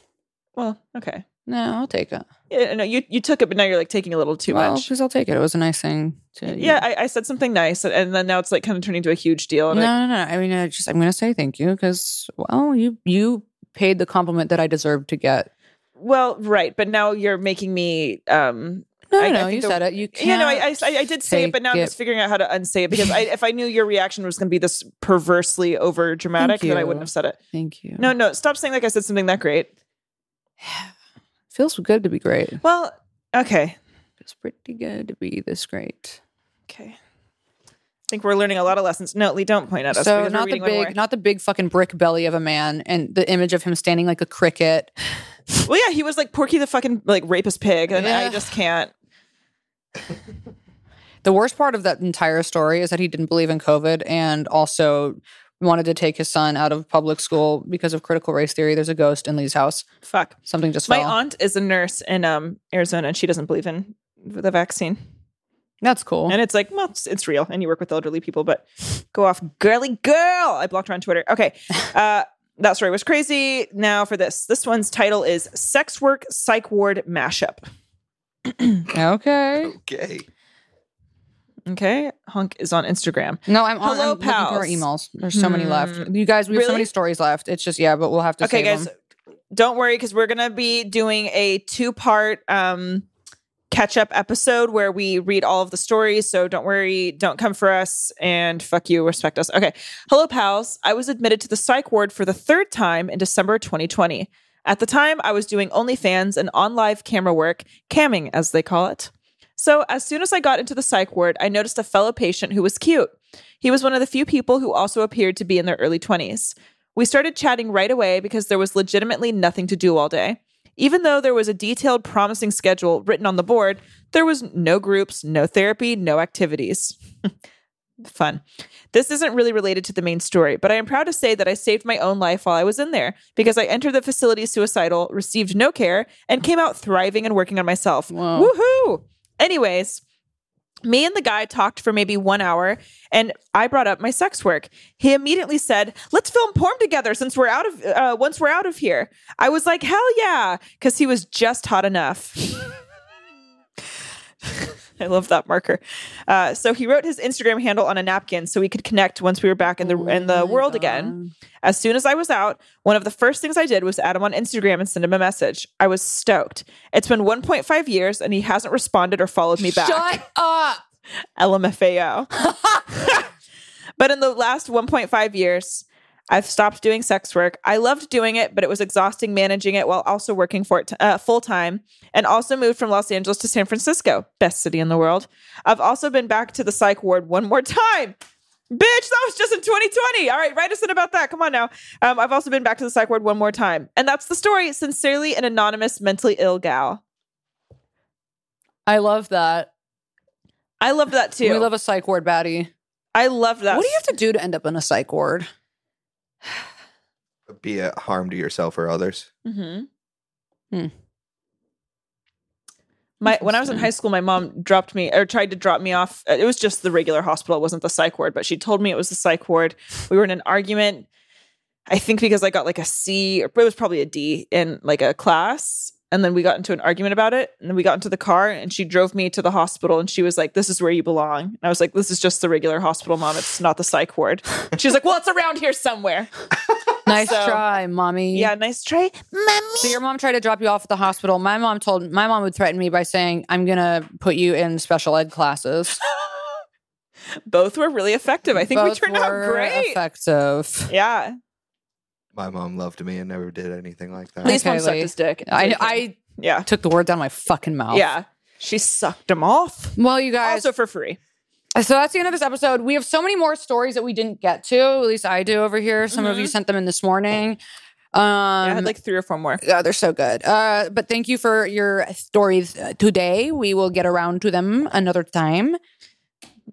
Speaker 2: Well, okay.
Speaker 1: No, I'll take it.
Speaker 2: Yeah, no, you you took it, but now you're like taking a little too
Speaker 1: well,
Speaker 2: much.
Speaker 1: because I'll take it. It was a nice thing. To,
Speaker 2: Yeah, I, I said something nice, and- and then now it's like kind of turning into a huge deal.
Speaker 1: No,
Speaker 2: And like,
Speaker 1: no, no. I mean, I just I'm gonna say thank you because well, you you paid the compliment that I deserved to get.
Speaker 2: well, right, but now you're making me. um
Speaker 1: No,
Speaker 2: I- I
Speaker 1: no,
Speaker 2: think
Speaker 1: you
Speaker 2: the-
Speaker 1: said it. You can't.
Speaker 2: You know, I, I I did say it, but now I'm
Speaker 1: take
Speaker 2: just figuring out how to unsay it because I, if I knew your reaction was going to be this perversely over dramatic,
Speaker 1: Thank
Speaker 2: then I
Speaker 1: you.
Speaker 2: wouldn't have said it.
Speaker 1: Thank you.
Speaker 2: No, no, stop saying like I said something that great.
Speaker 1: feels good to be great.
Speaker 2: Well, okay,
Speaker 1: Feels pretty good to be this great.
Speaker 2: Okay. I think we're learning a lot of lessons. No, Lee, don't point at us.
Speaker 1: so
Speaker 2: because we're
Speaker 1: not the
Speaker 2: reading one more.
Speaker 1: big, not the big fucking brick belly of a man, and the image of him standing like a cricket.
Speaker 2: Well, yeah, he was like Porky the fucking like rapist pig, and I
Speaker 1: Yeah.
Speaker 2: just can't.
Speaker 1: The worst part of that entire story is that he didn't believe in COVID and also wanted to take his son out of public school because of critical race theory. There's a ghost in Lee's house.
Speaker 2: Fuck.
Speaker 1: Something just
Speaker 2: My
Speaker 1: fell.
Speaker 2: aunt is a nurse in um Arizona, and she doesn't believe in the vaccine.
Speaker 1: That's cool.
Speaker 2: And it's like, well, it's, it's real, and you work with elderly people, but go off, girly girl. I blocked her on Twitter. Okay. Uh, that story was crazy. Now for this. This one's title is Sex Work Psych Ward Mashup.
Speaker 1: okay.
Speaker 3: Okay,
Speaker 2: Okay. Hunk is on Instagram.
Speaker 1: No, I'm on.
Speaker 2: Hello,
Speaker 1: I'm looking through our
Speaker 2: pals. Hmm.
Speaker 1: emails. There's so many left. You guys, we have so
Speaker 2: Really?
Speaker 1: many stories left. It's just yeah, but we'll have to.
Speaker 2: okay
Speaker 1: save
Speaker 2: guys
Speaker 1: 'em.
Speaker 2: don't worry because we're gonna be doing a two-part um catch up episode where we read all of the stories so don't worry don't come for us and fuck you respect us okay hello pals i was admitted to the psych ward for the third time in december 2020 at the time i was doing onlyfans and on live camera work camming as they call it so as soon as i got into the psych ward i noticed a fellow patient who was cute he was one of the few people who also appeared to be in their early 20s we started chatting right away because there was legitimately nothing to do all day. Even though there was a detailed, promising schedule written on the board, there was no groups, no therapy, no activities. Fun. This isn't really related to the main story, but I am proud to say that I saved my own life while I was in there because I entered the facility suicidal, received no care, and came out thriving and working on myself.
Speaker 1: Whoa.
Speaker 2: Woohoo! Anyways, me and the guy talked for maybe one hour, and I brought up my sex work. He immediately said, "Let's film porn together since we're out of uh, once we're out of here." I was like, "Hell yeah!" because he was just hot enough. I love that marker. Uh, so he wrote his Instagram handle on a napkin so we could connect once we were back in the in the world again. As soon as I was out, one of the first things I did was add him on Instagram and send him a message. I was stoked. It's been 1.5 years and he hasn't responded or followed me back.
Speaker 1: Shut up.
Speaker 2: LMFAO. but in the last 1.5 years, I've stopped doing sex work. I loved doing it, but it was exhausting managing it while also working for it uh, full time and also moved from Los Angeles to San Francisco, best city in the world. I've also been back to the psych ward one more time. Bitch, that was just in 2020. All right, write us in about that. Come on now. Um, I've also been back to the psych ward one more time. And that's the story. Sincerely, an anonymous mentally ill gal.
Speaker 1: I love that.
Speaker 2: I loved that too.
Speaker 1: We love a psych ward baddie.
Speaker 2: I love that.
Speaker 1: What do you have to do to end up in a psych ward?
Speaker 3: Be a harm to yourself or others.
Speaker 2: Mm-hmm.
Speaker 1: Hmm.
Speaker 2: My when I was in
Speaker 1: Interesting.
Speaker 2: high school, my mom dropped me or tried to drop me off. Uh, It was just the regular hospital, it wasn't the psych ward, but she told me it was the psych ward. We were in an argument. I think because I got like a C, or it was probably a D in like a class. And then we got into an argument about it. And then we got into the car and she drove me to the hospital and she was like, This is where you belong. And I was like, This is just the regular hospital, mom. It's not the psych ward. She was like, Well, it's around here somewhere.
Speaker 1: Nice
Speaker 2: So-
Speaker 1: try, mommy.
Speaker 2: Yeah, nice try.
Speaker 4: Mommy.
Speaker 1: So your mom tried to drop you off at the hospital. My mom told my mom would threaten me by saying, "I'm gonna put you in special ed classes."
Speaker 2: Both were really effective. I think we
Speaker 1: Both
Speaker 2: turned out
Speaker 1: were
Speaker 2: great.
Speaker 1: Effective.
Speaker 2: Yeah.
Speaker 3: My mom loved me and never did anything like that.
Speaker 2: Lee's
Speaker 1: Okay,
Speaker 2: mom sucked
Speaker 1: Lee.
Speaker 2: his dick.
Speaker 1: I, I
Speaker 2: yeah.
Speaker 1: took the word down my fucking mouth.
Speaker 2: Yeah. She sucked him off.
Speaker 1: Well, you guys.
Speaker 2: Also for free.
Speaker 1: so that's the end of this episode. We have so many more stories that we didn't get to. At least I do over here. Some of you sent them in this morning. Um,
Speaker 2: I had like three or four more.
Speaker 1: Oh, they're so good. Uh, but thank you for your stories uh, today. We will get around to them another time.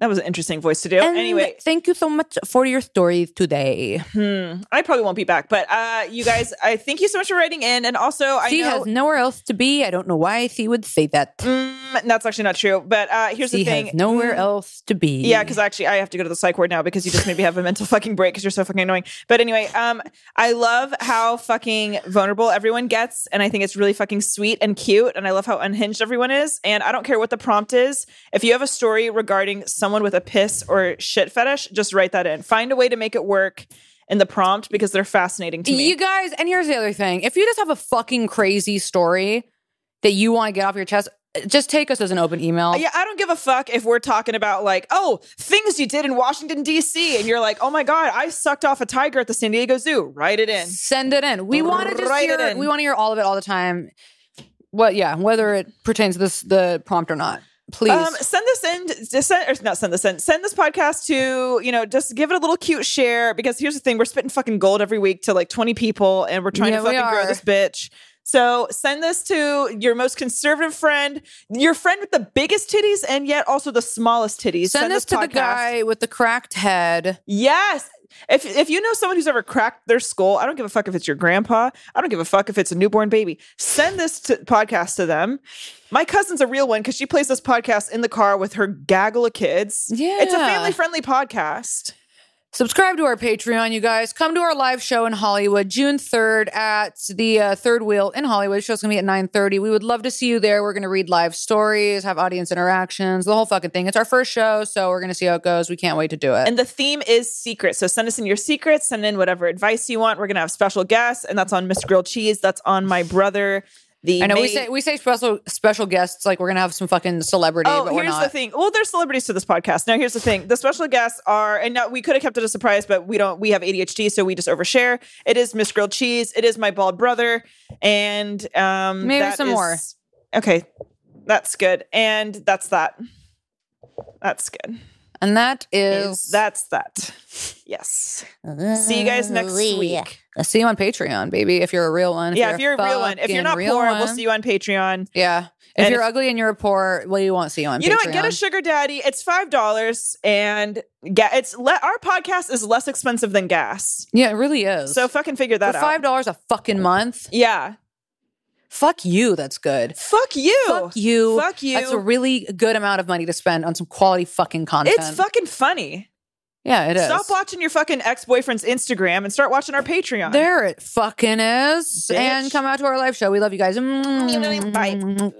Speaker 2: That was an interesting voice to do.
Speaker 1: And
Speaker 2: anyway,
Speaker 1: thank you so much for your stories today.
Speaker 2: hmm, I probably won't be back, but uh, you guys, I thank you so much for writing in. And also, I
Speaker 1: she
Speaker 2: know
Speaker 1: has nowhere else to be. I don't know why she would say that.
Speaker 2: Mm, that's actually not true. But uh, here's
Speaker 1: she
Speaker 2: the thing:
Speaker 1: has nowhere
Speaker 2: Mm,
Speaker 1: else to be.
Speaker 2: Yeah, because actually I have to go to the psych ward now because you just made me have a mental fucking break because you're so fucking annoying. But anyway, um, I love how fucking vulnerable everyone gets, and I think it's really fucking sweet and cute, and I love how unhinged everyone is. And I don't care what the prompt is. If you have a story regarding someone with a piss or shit fetish, just write that in. Find a way to make it work in the prompt because they're fascinating to me.
Speaker 1: You guys, and here's the other thing. If you just have a fucking crazy story that you want to get off your chest, just take us as an open email.
Speaker 2: Uh, yeah, I don't give a fuck if we're talking about like, oh, things you did in Washington D.C. and you're like, oh my god, I sucked off a tiger at the San Diego Zoo. Write it in.
Speaker 1: Send it in. We want to just
Speaker 2: Write
Speaker 1: hear
Speaker 2: it in.
Speaker 1: we want to hear all of it all the time. Well, yeah, whether it pertains to this the prompt or not. Please.
Speaker 2: Um, send this in, just send, or not send this in, send this podcast to, you know, just give it a little cute share because here's the thing we're spitting fucking gold every week to like 20 people and we're trying
Speaker 1: Yeah,
Speaker 2: to
Speaker 1: we
Speaker 2: fucking grow
Speaker 1: are.
Speaker 2: this bitch. So send this to your most conservative friend, your friend with the biggest titties and yet also the smallest titties.
Speaker 1: Send, this, to the
Speaker 2: podcast.
Speaker 1: guy with the cracked head.
Speaker 2: Yes. If, if you know someone who's ever cracked their skull, I don't give a fuck if it's your grandpa. I don't give a fuck if it's a newborn baby. Send this to, podcast to them. My cousin's a real one because she plays this podcast in the car with her gaggle of kids. It's a
Speaker 1: Yeah.
Speaker 2: family friendly podcast.
Speaker 1: Subscribe to our Patreon, you guys. Come to our live show in Hollywood, June third at the uh, Third Wheel in Hollywood. The show's gonna be at nine thirty. We would love to see you there. We're gonna read live stories, have audience interactions, the whole fucking thing. It's our first show, so we're gonna see how it goes. We can't wait to do it.
Speaker 2: And the theme is secret. So send us in your secrets, send in whatever advice you want. We're going to have special guests, and that's on Miss Grilled Cheese. That's on my brother. The
Speaker 1: I know we
Speaker 2: maid-
Speaker 1: say we say special special guests like we're gonna have some fucking celebrity,
Speaker 2: Oh,
Speaker 1: but we're
Speaker 2: here's
Speaker 1: not.
Speaker 2: the thing. Well, there's celebrities to this podcast. Now, here's the thing. The special guests are, and now we could have kept it a surprise, but we don't. We have ADHD, so we just overshare. It is Miss Grilled Cheese. It is my bald brother, and um,
Speaker 1: Maybe
Speaker 2: that
Speaker 1: some
Speaker 2: is-
Speaker 1: more.
Speaker 2: Okay, that's good, and that's that. That's good.
Speaker 1: And that
Speaker 2: Is
Speaker 1: is
Speaker 2: that's that. Yes. See you guys next
Speaker 4: Hallelujah.
Speaker 2: week.
Speaker 1: See you on Patreon, baby. If you're a real one.
Speaker 2: Yeah, if you're a real one. If you're
Speaker 1: fucking
Speaker 2: not
Speaker 1: real
Speaker 2: poor, we'll
Speaker 1: one.
Speaker 2: see you on Patreon.
Speaker 1: Yeah. If
Speaker 2: And
Speaker 1: you're
Speaker 2: if-
Speaker 1: ugly and you're poor, well, you won't see you on
Speaker 2: You know what?
Speaker 1: Patreon.
Speaker 2: Get a sugar daddy. It's five dollars, and ga- it's le- our podcast is less expensive than gas.
Speaker 1: yeah, it really is.
Speaker 2: So fucking figure
Speaker 1: for
Speaker 2: that
Speaker 1: five
Speaker 2: out.
Speaker 1: dollars a fucking month,
Speaker 2: Yeah.
Speaker 1: fuck you. That's good.
Speaker 2: Fuck you.
Speaker 1: Fuck you.
Speaker 2: Fuck you.
Speaker 1: That's a really good amount of money to spend on some quality fucking content.
Speaker 2: it's fucking funny.
Speaker 1: yeah, it is.
Speaker 2: Stop watching your fucking ex-boyfriend's Instagram and start watching our Patreon.
Speaker 1: There it fucking is.
Speaker 2: Bitch.
Speaker 1: And come out to our live show. We love you guys.
Speaker 4: Bye.
Speaker 1: Bye.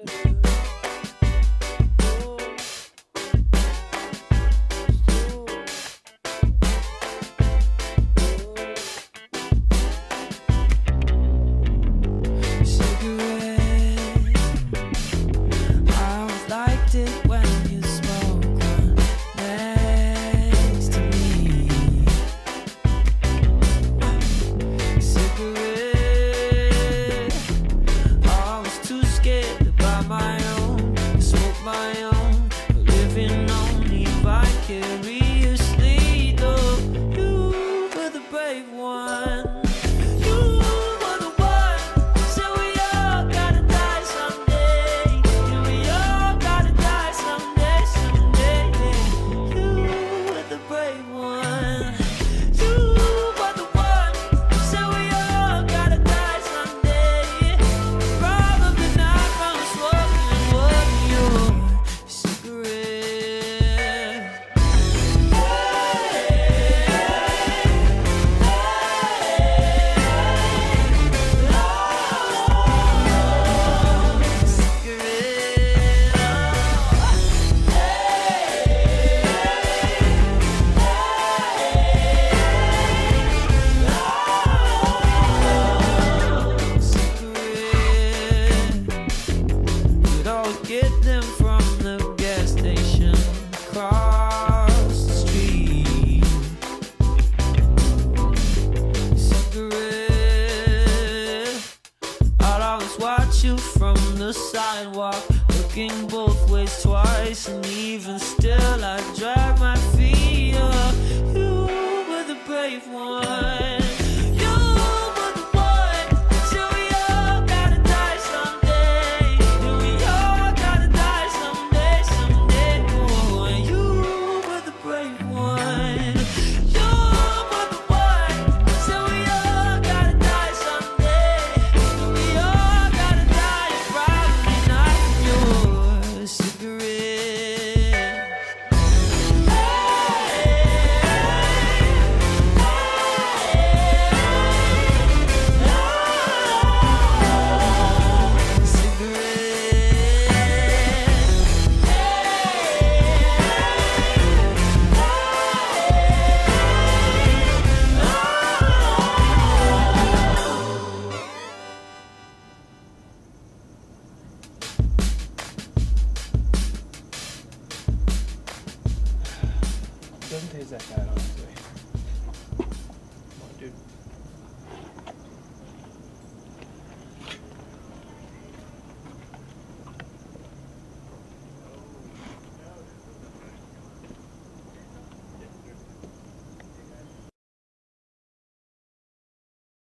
Speaker 5: them from the gas station across the street. Cigarette. I'd always watch you from the sidewalk, looking both ways twice, and even still, I drag my feet. up. You were the brave one. You were the one. Till we all gotta die someday. And we all gotta die someday, someday. Oh, and you were the brave one. You were the one. Till we all gotta die someday. And we all gotta die. It's probably not your cigarette.
Speaker 6: Doesn't taste that bad, honestly.